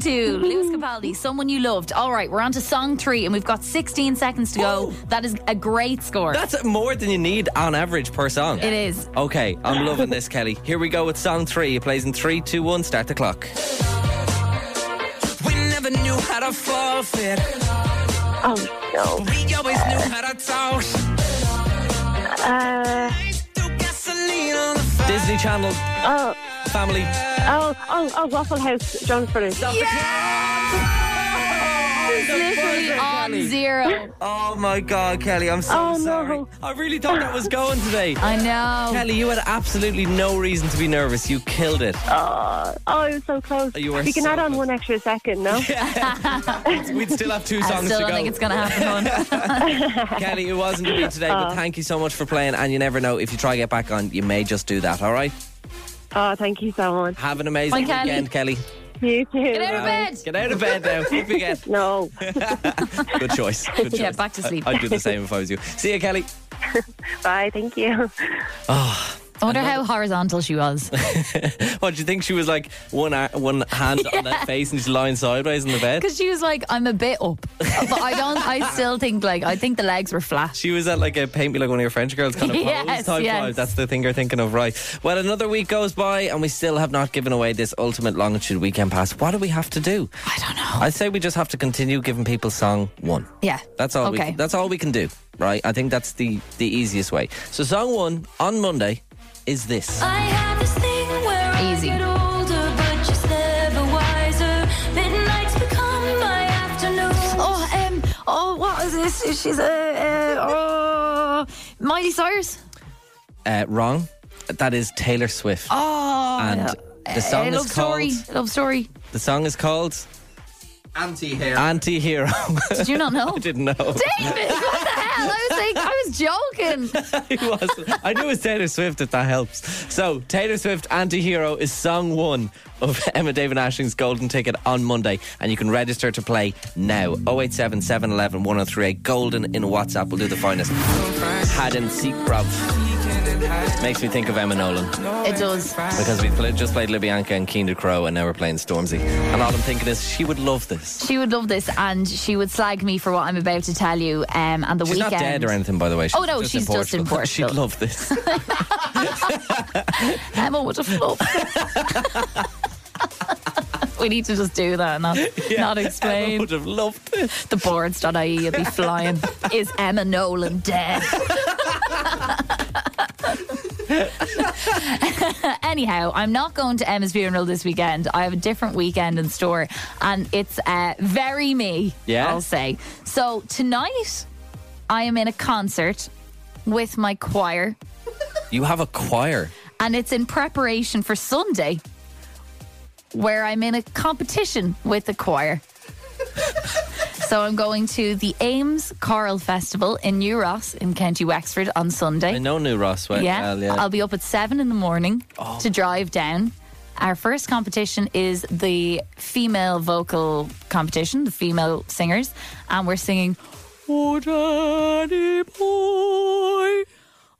two, Lewis Capaldi, Someone You Loved. All right, we're on to song three, and we've got 16 seconds to go. That is a great score.
That's more than you need on average per song.
it is.
Okay, I'm loving this, Kelly. Here we go with song three. It plays in three, two, one. Start the clock.
We never knew how to forfeit.
Oh, no.
We always knew how to talk.
Uh,
Threw gasoline on the fire.
Disney Channel
oh,
Family.
oh, oh, oh, Waffle House, Jonas Brothers.
Literally on zero.
Oh my God, Kelly, I'm so
Oh, no.
sorry. I really thought that was going today.
I know.
Kelly, you had absolutely no reason to be nervous. You killed it.
Oh, I was so close.
You were
we can
so
add on
close.
one extra second, no?
We'd still have two
I
songs
still
to
don't
go.
think it's going to happen. hon.
Kelly, it wasn't to be today, but
Oh.
thank you so much for playing. And you never know, if you try to get back on, you may just do that, all right?
Oh, thank you so much.
Have an amazing
Bye, Kelly.
weekend, Kelly. Um,
You too.
Get out of bed.
Get out of bed now. Sleep again.
No.
Good choice. Good choice.
Yeah, back to sleep.
I, would do the same if I was you. See you, Kelly.
Bye. Thank you.
I wonder how horizontal she was.
What, do you think she was like one ar- one hand on that face and she's lying sideways in the bed?
Because she was like, I'm a bit up. But I don't, I still think, like, I think the legs were flat.
She was at like a paint me like one of your French girls kind of pose
Yes,
type
yes.
vibe. That's the thing you're thinking of, right? Well, another week goes by and we still have not given away this ultimate longitude weekend pass. What do we have to do?
I don't know.
I say we just have to continue giving people song one.
Yeah.
That's all. We
Okay.
can, that's all we can do, right? I think that's the the easiest way. So song one on Monday is this.
Uh. Easy. Oh, um, oh, what is this? She's a, uh, oh, Miley Cyrus.
Uh, wrong. That is Taylor Swift.
Oh,
and the song
uh, love
is called.
story. Love story.
The song is called
Anti-hero.
Anti-Hero.
Did you not know?
I didn't know.
David, what the hell? I was like, I was joking.
It was. I knew it was Taylor Swift if that helps. So, Taylor Swift Anti Hero is song one of Emma David Ashling's Golden Ticket on Monday, and you can register to play now. 087 711 1038 Golden in WhatsApp. We'll do the finest. Hadden Seek Brav. Makes me think of Emma Nolan
It does.
because we played, just played Libyanka and Keen to Crow, and now we're playing Stormzy. And all I'm thinking is she would love this.
She would love this, and she would slag me for what I'm about to tell you. Um, and the
She's
weekend.
not dead or anything, by the way. She's
Oh, no,
in
she's just in
Portugal.
Portugal.
She'd love this.
Emma would have loved. We need to just do that, and not, not
Emma
explain.
would have loved this.
The boards.ie, you'll be flying. Is Emma Nolan dead? Anyhow, I'm not going to Emma's funeral this weekend. I have a different weekend in store, and it's uh, very me,
Yeah?
I'll say. So tonight, I am in a concert with my choir,
You have a choir.
and it's in preparation for Sunday, where I'm in a competition with the choir. so I'm going to the Ames Choral Festival in New Ross in County Wexford on
I
Sunday.
know New Ross. well,
Yeah,
well, uh, yeah. Oh.
I'll be up at seven in the morning to drive down. Our first competition is the female vocal competition, the female singers, and we're singing. Oh, Daddy boy,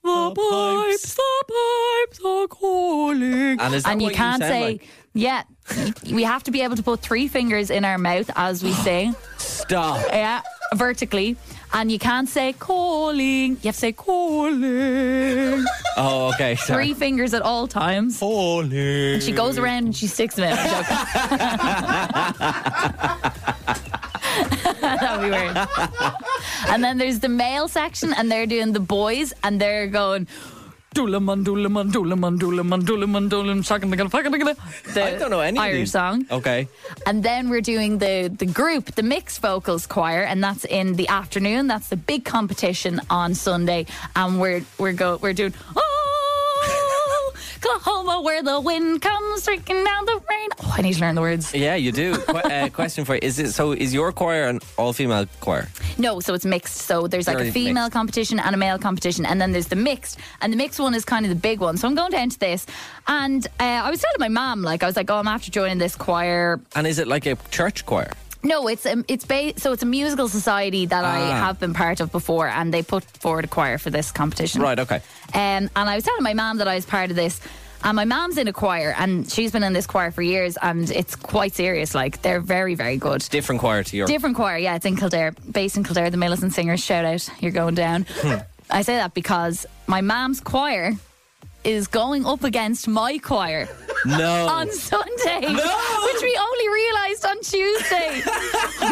the pipes, the pipes are calling.
And is that
and you
what you
can't
sound
say,
like?
yeah. we have to be able to put three fingers in our mouth as we sing.
Stop.
Yeah. vertically, and you can't say calling. You have to say calling.
Oh, okay. Sorry.
Three fingers at all times.
Holy.
She goes around and she sticks them in. I'm joking. That'd be weird. And then there's the male section, and they're doing the boys, and they're going. Doolaman, doolaman, doolaman, doolaman, doolaman, doolaman, shocking, digga, fucking, digga, the
I don't know any of
Irish
these.
song.
Okay.
And then we're doing the the group, the mixed vocals choir, and that's in the afternoon. That's the big competition on Sunday, and we're we're go we're doing. Oh, Oklahoma, where the wind comes streaking down the rain. Oh, I need to learn the words.
Yeah, you do. Qu- uh, question for you: Is it so? Is your choir an all-female choir?
No, so it's mixed. So there's like
Very
a female
mixed.
competition and a male competition, and then there's the mixed, and the mixed one is kind of the big one. So I'm going down to this, and uh, I was telling my mom, like I was like, oh, I'm after joining this choir.
And is it like a church choir?
No, it's um, it's ba- so it's a musical society that I
Ah.
have been part of before, and they put forward a choir for this competition.
Right. Okay.
Um, and I was telling my mom that I was part of this. And my mom's in a choir, and she's been in this choir for years, and it's quite serious. Like they're very, very good.
Different choir to your.
Different choir, yeah. It's in Kildare, based in Kildare. The Millison Singers, shout out, you're going down.
Hmm.
I say that because my mom's choir is going up against my choir
no.
on Sunday, which we only realised on Tuesday.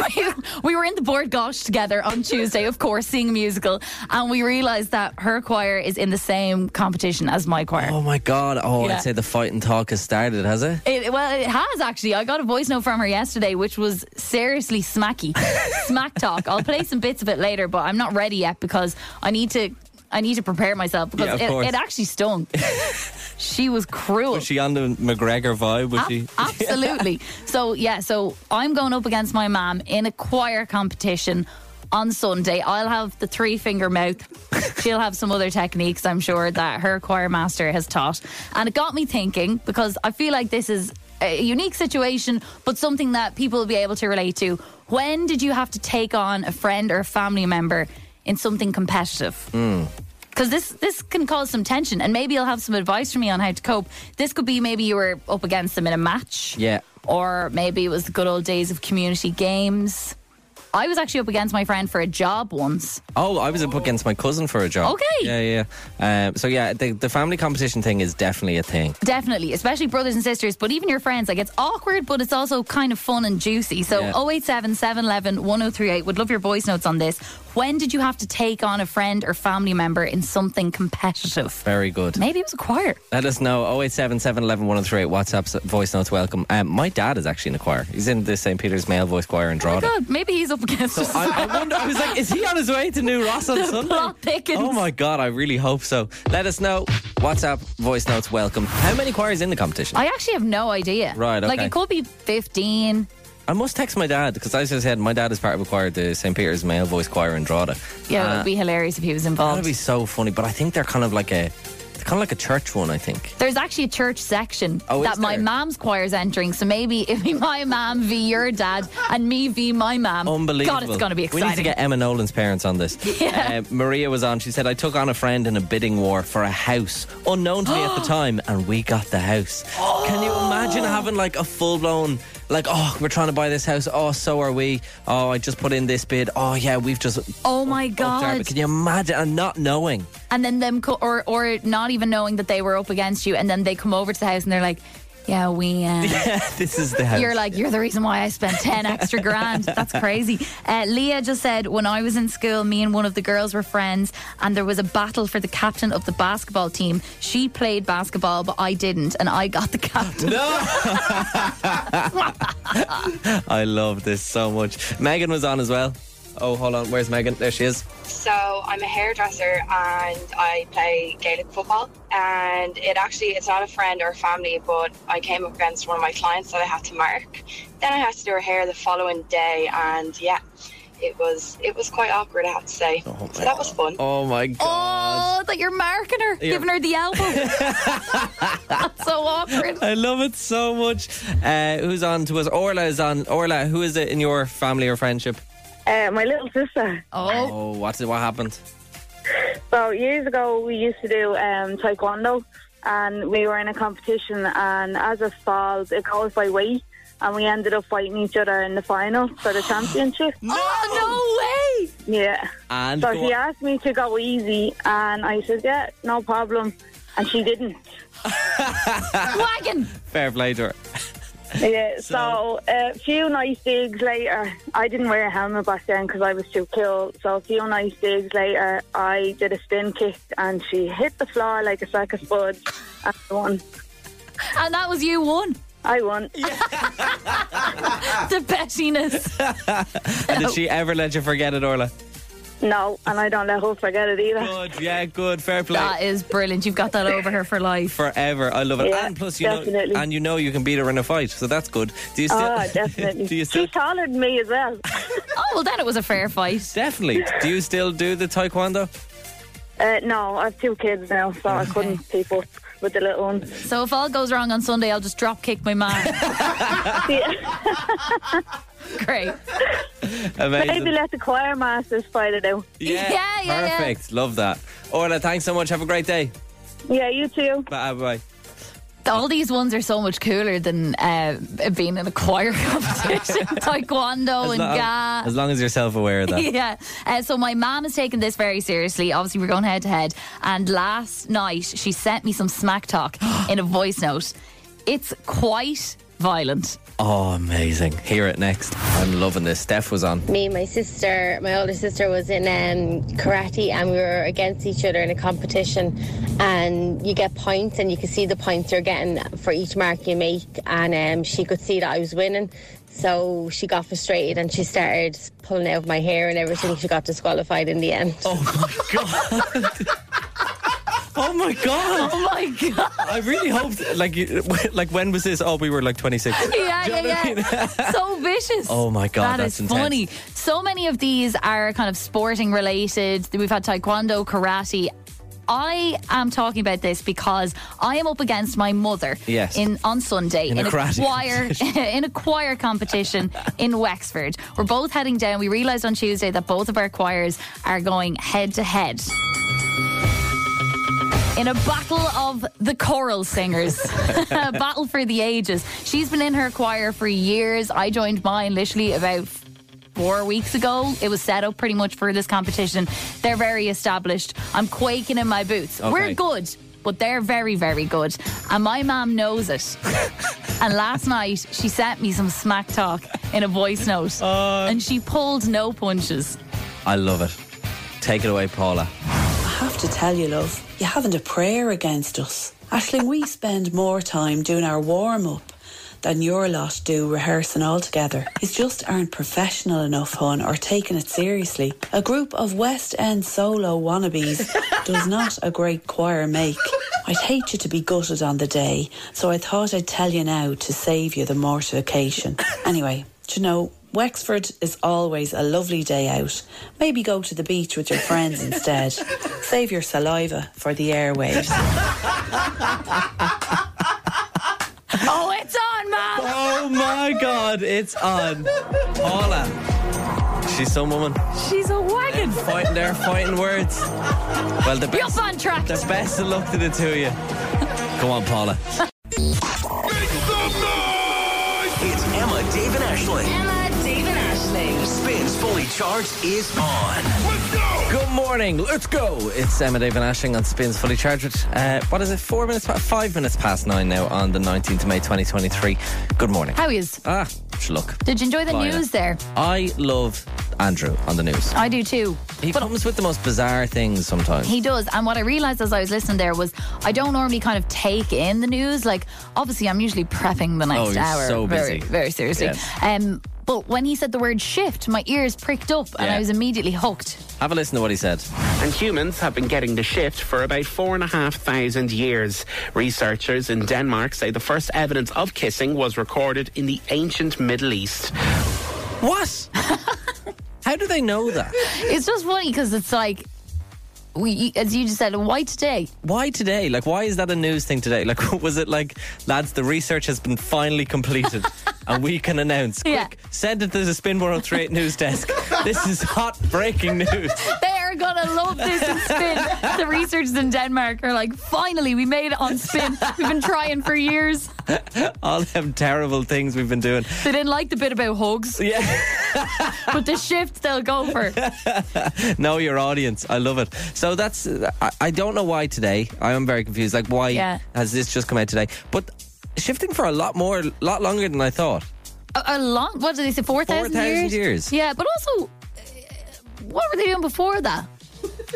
we, we were in the board gosh together on Tuesday, of course, seeing a musical, and we realised that her choir is in the same competition as my choir.
Oh my god! Oh,
Yeah.
I'd say the fight and talk has started, has it?
It, well, it has actually. I got a voice note from her yesterday, which was seriously smacky, smack talk. I'll play some bits of it later, but I'm not ready yet because I need to. I need to prepare myself
Yeah,
because
of course.
it, it actually stung. she was cruel.
Was she on the McGregor vibe? Was
Ab-
she?
absolutely. So yeah, so I'm going up against my mom in a choir competition on Sunday. I'll have the three finger mouth. She'll have some other techniques, I'm sure, that her choir master has taught. And it got me thinking because I feel like this is a unique situation, but something that people will be able to relate to. When did you have to take on a friend or a family member in something competitive? because this this can cause some tension and maybe you'll have some advice for me on how to cope this could be maybe you were up against them in a match
Yeah.
or maybe it was the good old days of community games i was actually up against my friend for a job once
Oh, I was up against my cousin for a job.
Okay.
Yeah, yeah. Um, so yeah, the, the family competition thing is definitely a thing.
definitely especially brothers and sisters but even your friends like it's awkward but it's also kind of fun and juicy so
Yeah.
087 711 1038 would love your voice notes on this when did you have to take on a friend or family member in something competitive
Very good.
maybe it was a choir Oh
Let us know 087 711 1038 WhatsApp's voice notes welcome. Um, my dad is actually in a choir. He's in the St. Peter's Male Voice Choir in
oh my
Drogheda.
god maybe he's up against us.
I, I wonder. I was like, is he on his way to New Ross on Sunday?
plot thickens.
Oh my god! I really hope so. Let us know. WhatsApp voice notes welcome. How many choirs in the competition? I,
I actually have no idea.
Right,
Like
okay.
it could be 15.
must text my dad because as I said, my dad is part of a choir, the St. Peter's Male Voice Choir in Drogheda.
Yeah,
Uh,
it would be hilarious if he was
that'd
involved.
be so funny. But I think they're kind of like a, they're kind of like a church one. I think.
There's actually a church section
Oh, is
that my
there?
mom's choir's entering. So maybe if my mom v your dad and me v my mom.
Unbelievable.
God, it's going to be exciting.
We need to get Emma Nolan's parents on this.
Yeah.
Uh, Maria was on. She said, I took on a friend in a bidding war for a house, unknown to me at the time, and we got the house. Can you
Oh.
imagine having like a full blown, like, oh, we're trying to buy this house. Oh, so are we. Oh, I just put in this bid. Oh, yeah, we've just.
oh my
upped our-
God.
Can you imagine? And not knowing.
and then them, co- or, or not even knowing that they were up against you. And then they come over to the house and they're like, yeah, we. Uh,
this is the house.
You're like, you're the reason why I spent 10 extra grand. That's crazy. Uh, Leah just said, when I was in school, me and one of the girls were friends, and there was a battle for the captain of the basketball team. She played basketball, but I didn't, and I got the captain.
I love this so much. Megan was on as well. Oh, hold on. Where's Megan? There she is.
So I'm a hairdresser and I play Gaelic football. And it actually it's not a friend or a family, but I came up against one of my clients that I had to mark. Then I had to do her hair the following day, and yeah, it was it was quite awkward, I have to say. so that was fun.
Oh, my God.
Oh, that you're marking her, giving her the elbow. That's so awkward.
I love it so much. Uh, who's on to us? Orla is on. Orla, who is it in your family or friendship?
Uh, my little sister.
Oh,
Oh, what's it? What happened?
So years ago, we used to do um, taekwondo, and we were in a competition. And as it falls, it goes by weight, and we ended up fighting each other in the final for the championship.
oh no
Really?
Yeah.
And
so
go
she
on.
asked me to go easy, and I said, yeah, no problem. And she didn't.
Wagon!
Fair play to her.
Yeah, so uh, a few nice digs later, I didn't wear a helmet back then because I was too cool. So a few nice digs later, I did a spin kick and she hit the floor like a sack of spuds and I won.
And that was you won.
I won.
the bettiness.
And did she ever let you forget it, Orla?
No, and I don't let her forget it either.
Good, yeah, good. Fair play.
That is brilliant. You've got that over her for life.
Forever, I love it.
Yeah,
and plus, you
definitely.
know, and you know you can beat her in a fight, so that's good. Do you still?
Oh, definitely.
do you still?
She's taller than me as well.
Oh, well, then it was a fair fight.
Definitely. Do you still do the taekwondo?
Uh, no, I have two kids now, so I couldn't keep up with the little one.
So if all goes wrong on Sunday, I'll just drop kick my man.
Yeah,
Great.
Amazing.
Maybe let the choir masters fight it out.
yeah,
Yeah, yeah, yeah.
perfect. Love that. Orla, thanks so much. Have a great day.
Yeah, you too.
Bye bye.
All these ones are so much cooler than uh, being in a choir competition, taekwondo and
lo-
ga.
as long as you're self aware of that.
Yeah. Uh, so my mom is taking this very seriously. Obviously, we're going head to head. And last night, she sent me some smack talk in a voice note. It's quite violent.
Oh, amazing. Hear it next. I'm loving this. Steph was on.
Me and my sister, my older sister, was in um, karate and we were against each other in a competition. And you get points, and you can see the points you're getting for each mark you make. And um, she could see that I was winning. So she got frustrated and she started pulling out my hair and everything. She got disqualified in the end.
Oh my god!
Oh my God.
I really hoped like you, like when was this? Oh, we were like 26.
Yeah, yeah, yeah. so vicious.
Oh my God,
That
that's
is
intense.
funny. So many of these are kind of sporting related. We've had taekwondo, karate. I am talking about this because I am up against my mother.
Yes.
In on Sunday
In a karate
choir in a choir competition in Wexford. We're both heading down. We realised on Tuesday that both of our choirs are going head to head. In a battle of the choral singers, a battle for the ages. She's been in her choir for years. I joined mine literally about four weeks ago. It was set up pretty much for this competition. They're very established. I'm quaking in my boots.
Okay.
We're good, but they're very, very good. And my mom knows it. and last night, she sent me some smack talk in a voice note. and she pulled no punches.
I love it. Take it away, Paula.
I have to tell you, love, you haven't a prayer against us. Ashling, we spend more time doing our warm up than your lot do rehearsing altogether. You just aren't professional enough, hon, or taking it seriously. A group of West End solo wannabes does not a great choir make. I'd hate you to be gutted on the day, so I thought I'd tell you now to save you the mortification. Anyway, do you know, Wexford is always a lovely day out. Maybe go to the beach with your friends instead. Save your saliva for the airwaves.
Oh, it's on, mom!
Oh my god, it's on. Paula. She's some woman.
She's a wagon.
Fighting there, fighting words. Well, the
You're
best,
on track.
the best of luck to the two of you. Come on, Paula.
It's Emma, Dave, and Ashling.
Emma, Dave, and Ashling.
Spins Fully Charged is on.
Good morning. Let's go. It's Emma David Ashing on Spins Fully Charged. Uh, what is it? Four minutes, pa- five minutes past nine now on the 19th of May 2023. Good morning.
How is?
Ah, look.
Did you enjoy the
Lionel.
news there?
I love Andrew on the news.
I do too.
He comes with the most bizarre things sometimes.
He does. And what I realized as I was listening there was I don't normally kind of take in the news. Like, obviously, I'm usually prepping the next
Oh, you're
hour.
so
Very,
busy.
very seriously.
Yes.
Um, but when he said the word shift, my ears pricked up and
Yeah.
I was immediately hooked.
Have a listen to what he said.
and humans have been getting the shift for about four and a half thousand years. Researchers in Denmark say the first evidence of kissing was recorded in the ancient Middle East.
What? How do they know that?
It's just funny because it's like, we, as you just said, why today?
Why today? Like, why is that a news thing today? Like, was it like, lads, the research has been finally completed and we can announce? Quick,
Yeah.
send it to the Spin 1038 news desk. this is hot breaking news.
They are are gonna love this in spin. The researchers in Denmark are like, finally, we made it on spin. We've been trying for years.
All them terrible things we've been doing.
They didn't like the bit about hugs.
Yeah.
but the shift they'll go for.
know your audience. I love it. So that's I, I don't know why today. I am very confused. Like why
Yeah.
has this just come out today? But shifting for a lot more, lot longer than I thought.
A, a long, what did they say, 4,000
4,000
years?
years.
Yeah, but also, uh, what were they doing before that?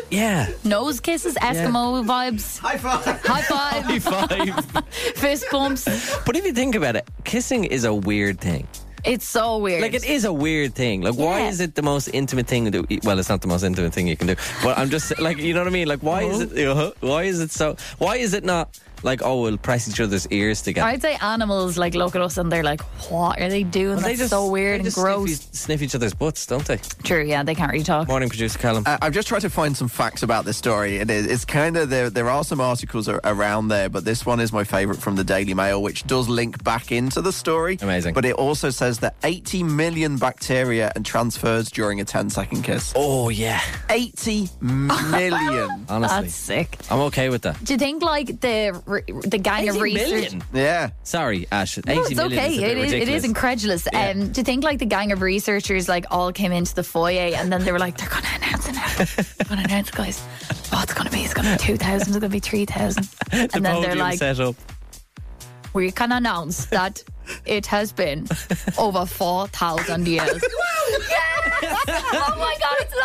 Yeah.
Nose kisses, Eskimo vibes.
High five.
High five.
High five.
Fist bumps.
But if you think about it, kissing is a weird thing.
It's so weird.
Like it is a weird thing. Like why
Yeah.
is it the most intimate thing? To, well, it's not the most intimate thing you can do. But I'm just like you know what I mean. Like why is it?
Uh-huh.
uh why is it so? Why is it not like oh we'll press each other's ears together?
I'd say animals like look at us and they're like, "What are they doing?
Well,
That's
they just-
so
they
weird and
just
gross."
Sniff, each- sniff each other's butts, don't they?
True, yeah, they can't really talk.
Morning producer Callum.
Uh, I've just tried to find some facts about this story, and it, it's kind of there. There are some articles a- around there, but this one is my favourite from the Daily Mail, which does link back into the story.
Amazing.
But it also says that 80 million bacteria and transfers during a 10-second kiss.
Oh yeah,
80 million.
honestly,
That's sick.
I'm okay with that.
Do you think like the re- the gang of
80
research?
million?
Yeah.
Sorry, Ash.
No,
80
it's
million
okay.
is a bit
It is, it
ridiculous.
is incredulous.
Yeah.
Um, do you think like the gang of researchers like all came into the foyer and then they were like, they're gonna announce it now. They're gonna announce, guys. Oh, it's gonna be it's gonna be two thousand. It's gonna be three thousand. And
The
then they're
podium
like,
set up.
we can announce that it has been over 4,000 years. Yes! Oh my god, it's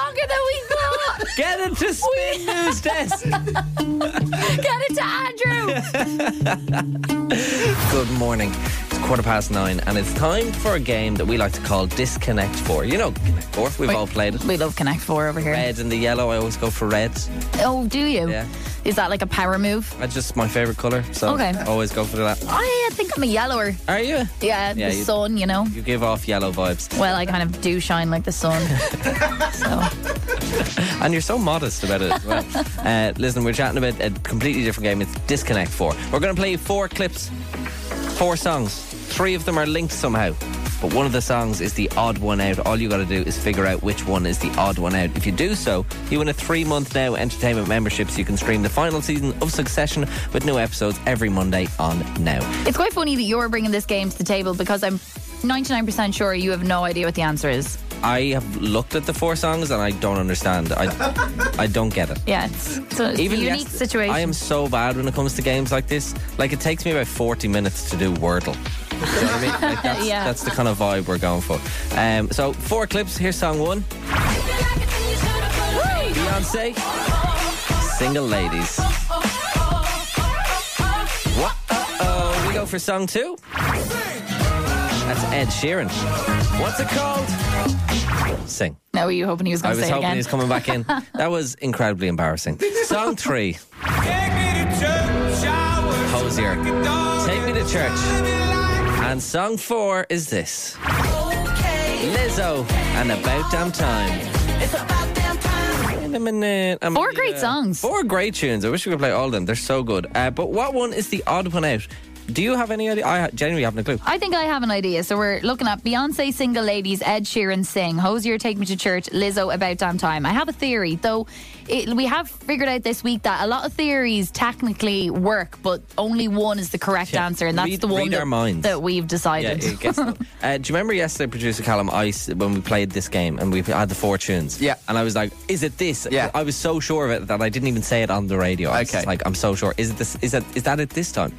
longer than we thought!
Get it to spin news desk.
Get it to Andrew!
Good morning. It's quarter past nine, and it's time for a game that we like to call Disconnect Four. You know, Connect Four. We've
Wait.
all played it.
We love Connect 4 over here.
Red and the yellow. I always go for red.
Oh, do you?
Yeah.
Is that like a power move?
That's just my favorite color. So
Okay.
always go for that.
I think I'm a yellower.
Are you?
Yeah,
Yeah,
the
you-
sun, you know?
You give off yellow vibes,
Well, I kind of do shine like the sun. so,
and you're so modest about it. As well. uh, listen, we're chatting about a completely different game. It's Disconnect Four. We're going to play four clips, four songs. Three of them are linked somehow. But one of the songs is the odd one out. All you got to do is figure out which one is the odd one out. If you do so, you win a three month now entertainment membership so you can stream the final season of Succession with new episodes every Monday on Now.
it's quite funny that you're bringing this game to the table because I'm 99% sure you have no idea what the answer is.
I have looked at the four songs and I don't understand. I I don't get it.
Yeah, it's, it's a, it's a unique
yes-
situation.
I am so bad when it comes to games like this. Like it takes me about forty minutes to do Wordle. You know what I mean? Like, that's,
Yeah.
that's the kind of vibe we're going for. Um, so four clips. Here's song one. Beyonce, single ladies. What? Uh-oh. We go for song two. That's Ed Sheeran. What's it called? Sing.
No, were you hoping he was
I
going to
was
say it
hoping
again?
he was coming back in. That was incredibly embarrassing. Song three, Hosier. Take me to church. And song four is this Lizzo and About Damn Time. Wait a minute. I'm-
Four great
yeah.
songs.
Four great tunes. I wish we could play all of them. They're so good. Uh, but what one is the odd one out? Do you have any idea? I ha- genuinely haven't a clue.
I think I have an idea. So we're looking at Beyonce, Single Ladies, Ed Sheeran, Sing, Hosier, Take Me to Church, Lizzo, About Damn Time. I have a theory, though. It, we have figured out this week that a lot of theories technically work, but only one is the correct
Yeah.
answer, and that's
Read-
the one
read our
that,
minds.
that we've decided.
Yeah, it gets uh, Do you remember yesterday, producer Callum, I, s- when we played this game and we had the four tunes?
Yeah.
And I was like, is it this?
Yeah.
I was so sure of it that I didn't even say it on the radio. I was
Okay.
just like, I'm so sure. Is it this? Is that, is that it this time?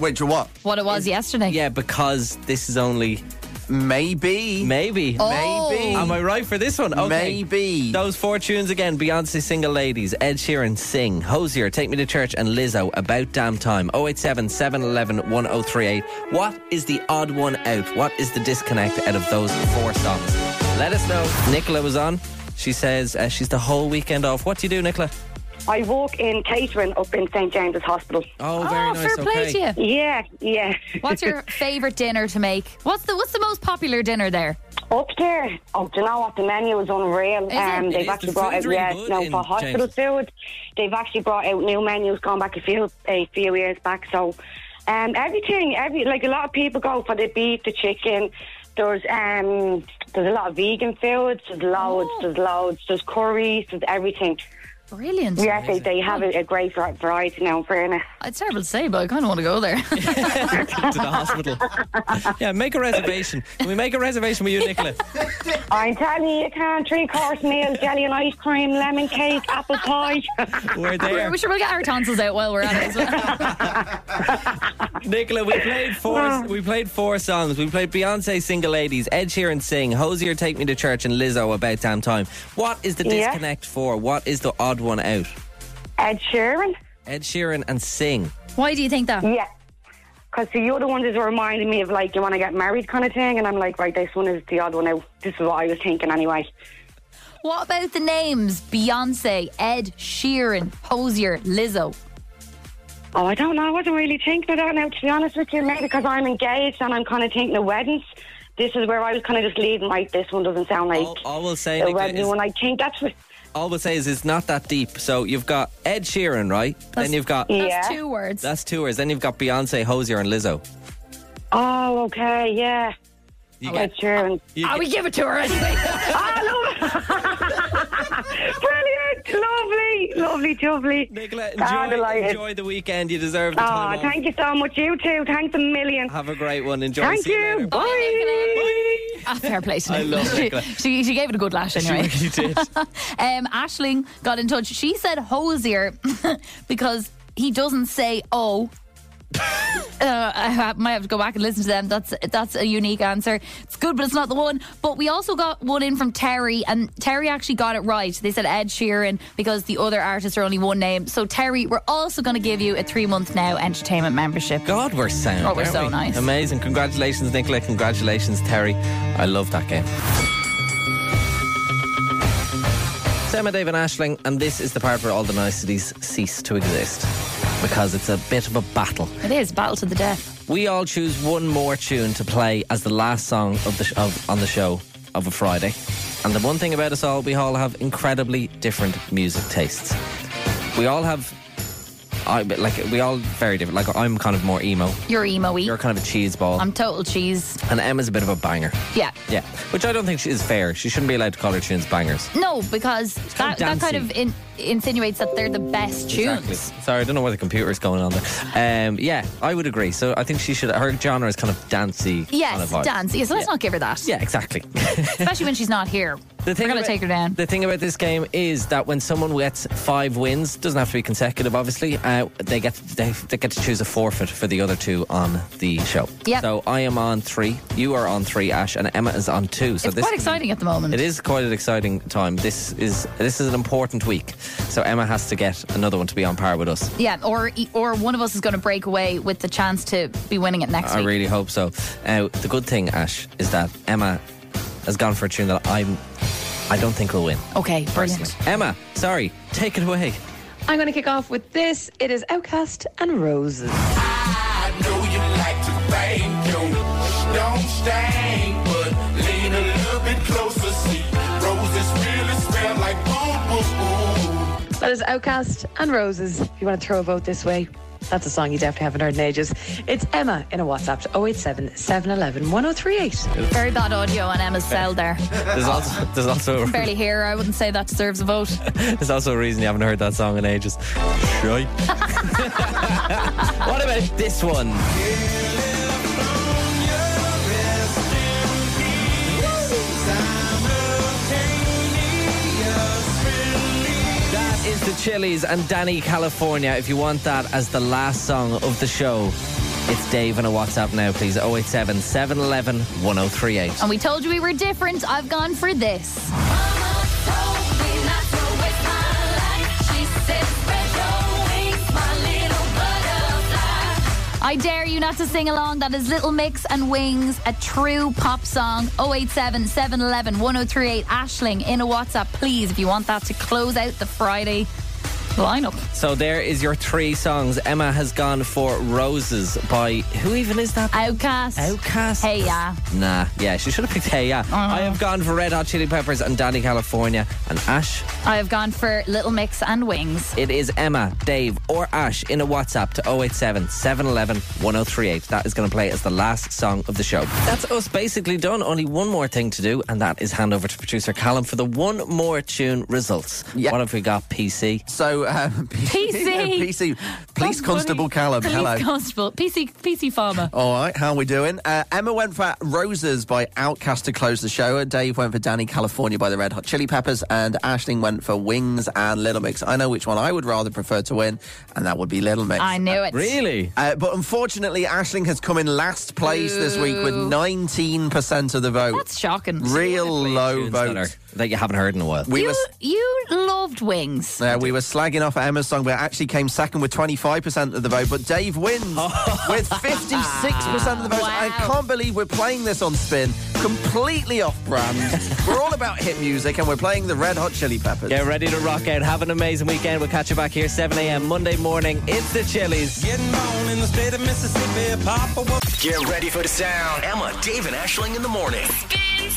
Wait, do you what?
what it was yesterday.
Yeah, because this is only
Maybe.
maybe.
Oh.
Maybe.
Am I right for this one? Okay.
Maybe.
Those four tunes again Beyonce Single Ladies, Ed Sheeran Sing, Hosier Take Me to Church, and Lizzo About Damn Time. 087 711 1038. What is the odd one out? What is the disconnect out of those four songs? Let us know. Nicola was on. She says uh, she's the whole weekend off. What do you do, Nicola?
I work in catering up in St James's Hospital.
Oh,
Oh,
very nice.
fair play
okay.
to you.
Yeah, yeah.
What's your favourite dinner to make? What's the What's the most popular dinner there?
Up there. Oh, do you know what? The menu is unreal.
Is it?
um,
It
they've
is.
actually
The
brought
food's
out
really
yeah,
good
no
in
for hospital
James's.
food. They've actually brought out new menus gone back a few a few years back. So, um, everything, every like a lot of people go for the beef, the chicken, There's um, there's a lot of vegan foods. There's loads. There's loads. There's curries. There's everything.
Brilliant.
Yes, they, they have a, a great var- variety now. In fairness,
it's terrible to say, but I kind of want to go there.
to the hospital. yeah, make a reservation. Can we make a reservation with you, Nicola?
I'm telling you, you can't three course meal, jelly and ice cream, lemon cake, apple pie.
We're there.
We should we'll get our tonsils out while we're at it. as well.
Nicola, we played four. We played four songs. We played Beyonce, "Single Ladies," Ed Sheeran, "Sing," Hosier, "Take Me to Church," and Lizzo, "About Damn Time." What is the
Yeah.
disconnect for? What is the odd one out?
Ed Sheeran.
Ed Sheeran and "Sing."
Why do you think that?
Yeah. Because the other ones is reminding me of like you want to get married kind of thing, and I'm like, right, this one is the odd one out. This is what I was thinking anyway.
What about the names? Beyonce, Ed Sheeran, Hosier, Lizzo.
Oh, I don't know. I wasn't really thinking of that now, to be honest with you, maybe because I'm engaged and I'm kind of thinking of weddings. This is where I was kind of just leading, like, this one doesn't sound like
All we'll say,
a
Nicola,
wedding
is
one. I think that's what.
all we'll say is it's not that deep. So you've got Ed Sheeran, right? then you've got
yeah.
two words.
that's two words. Then you've got Beyonce, Hosier, and Lizzo.
Oh, okay, yeah.
You
Ed Sheeran.
You get-
anyway.
Brilliant. Lovely. Lovely, lovely.
Nicola,
I'm
Enjoy,
delighted.
enjoy the weekend. You deserve the time
Oh,
off.
thank you so much. You too. Thanks a million.
Have a great one. Enjoy.
Thank
See you.
you.
later.
Bye.
Ah, fair play to
I
Nicola.
love Nicola.
she, she, she gave it a good lash
She
anyway.
really did.
um, Ashling got in touch. She said hosier because he doesn't say oh. uh, I ha- might have to go back and listen to them. That's that's a unique answer. It's good, but it's not the one. But we also got one in from Terry, and Terry actually got it right. They said Ed Sheeran because the other artists are only one name. So Terry, we're also going to give you a three month now entertainment membership.
God, we're sound.
Oh, we're
aren't
so
we?
nice.
Amazing. Congratulations, Nicola. Congratulations, Terry. I love that game. Sam and David Ashling, and this is the part where all the niceties cease to exist because it's a bit of a battle.
It is battle to the death.
We all choose one more tune to play as the last song of the sh- of, on the show of a Friday. And the one thing about us all, we all have incredibly different music tastes. We all have, I like we all very different. Like I'm kind of more emo.
You're emo
You're kind of a cheese ball,
I'm total cheese.
and Emma's a bit of a banger.
Yeah.
Yeah, which I don't think she is fair. She shouldn't be allowed to call her tunes bangers.
No, because that,
kind
that
of
kind of in, insinuates that they're the best tunes.
Exactly. Sorry, I don't know why the computer's going on there. Um, yeah, I would agree. So I think she should. Her genre is kind of dancey.
Yes,
kind of vibe.
dance. Yeah, so let's not give her that.
Yeah, exactly.
Especially when she's not here.
The thing
We're going to
about-
take her down.
The thing about this game is that when someone gets five wins, doesn't have to be consecutive, obviously. Uh, they get they, they get to choose a forfeit for the other two on the show.
Yep.
So I am on three, you are on three, Ash, and Emma is on two. So
it's
this
quite exciting at the moment.
It is quite an exciting time. This is this is an important week. So Emma has to get another one to be on par with us.
Yeah, or e, or one of us is going to break away with the chance to be winning it next
I
week.
really hope so. Uh, the good thing, Ash, is that Emma has gone for a tune that I'm I don't think will win.
okay, brilliant.
Emma, sorry, take it away.
I'm going to kick off with this. It is Outcast and Roses.
I know you like to bang, don't, don't stain, but lean a little bit closer, see. Roses really smell like boom, boom, boom.
That is Outcast and Roses. If you want to throw a vote this way, that's a song you definitely haven't heard in ages. It's Emma in a WhatsApp to 087 711 1038.
Very bad audio on Emma's cell there.
There's also there's also a,
Barely here. I wouldn't say that deserves a vote.
there's also a reason you haven't heard that song in ages. Right. what about this one? That is the Chili's and Danny California. If you want that as the last song of the show, it's Dave and a WhatsApp now, please. 087 711 1038.
And we told you we were different. I've gone for this. I dare you not to sing along. That is Little Mix and Wings, a true pop song. 087 711 1038. Ashling in a WhatsApp, please, if you want that to close out the Friday. the lineup.
So there is your three songs. Emma has gone for Roses by who even is that?
Outcast.
Outcast.
Hey ya.
Nah, yeah, she should have picked Hey Ya. I have gone for Red Hot Chili Peppers and Danny California and Ash.
I have gone for Little Mix and Wings.
It is Emma, Dave, or Ash in a WhatsApp to 087 711 1038. That is going to play as the last song of the show. That's us basically done. Only one more thing to do, and that is hand over to producer Callum for the one more tune results. What have we got, PC?
So, um,
PC.
PC. Police Constable Callum.
Police
Hello.
Constable. PC, PC Farmer.
All right, how we doing? Uh, Emma went for Roses by Outcast to close the show. and Dave went for Danny California by the Red Hot Chili Peppers. And Ashling went for Wings and Little Mix. I know which one I would rather prefer to win, and that would be Little Mix.
I knew it.
Uh, but unfortunately, Ashling has come in last place this week with 19% of the vote. That's
shocking.
Real low vote.
That, you haven't heard in a while.
We
you,
were
you loved Wings.
uh, we were slagging off Emma's song, but it actually came second with 25% of the vote. But Dave wins with 56% of the votes. I can't believe we're playing this on spin. Completely off brand. we're all about hit music and we're playing the Red Hot Chili Peppers.
Get ready to rock out. Have an amazing weekend. We'll catch you back here 7 a.m. Monday morning. It's the Chili's.
Getting on in the state of Mississippi, Papa
Get ready for the sound. Emma, Dave, and Ashling in the morning.
Spins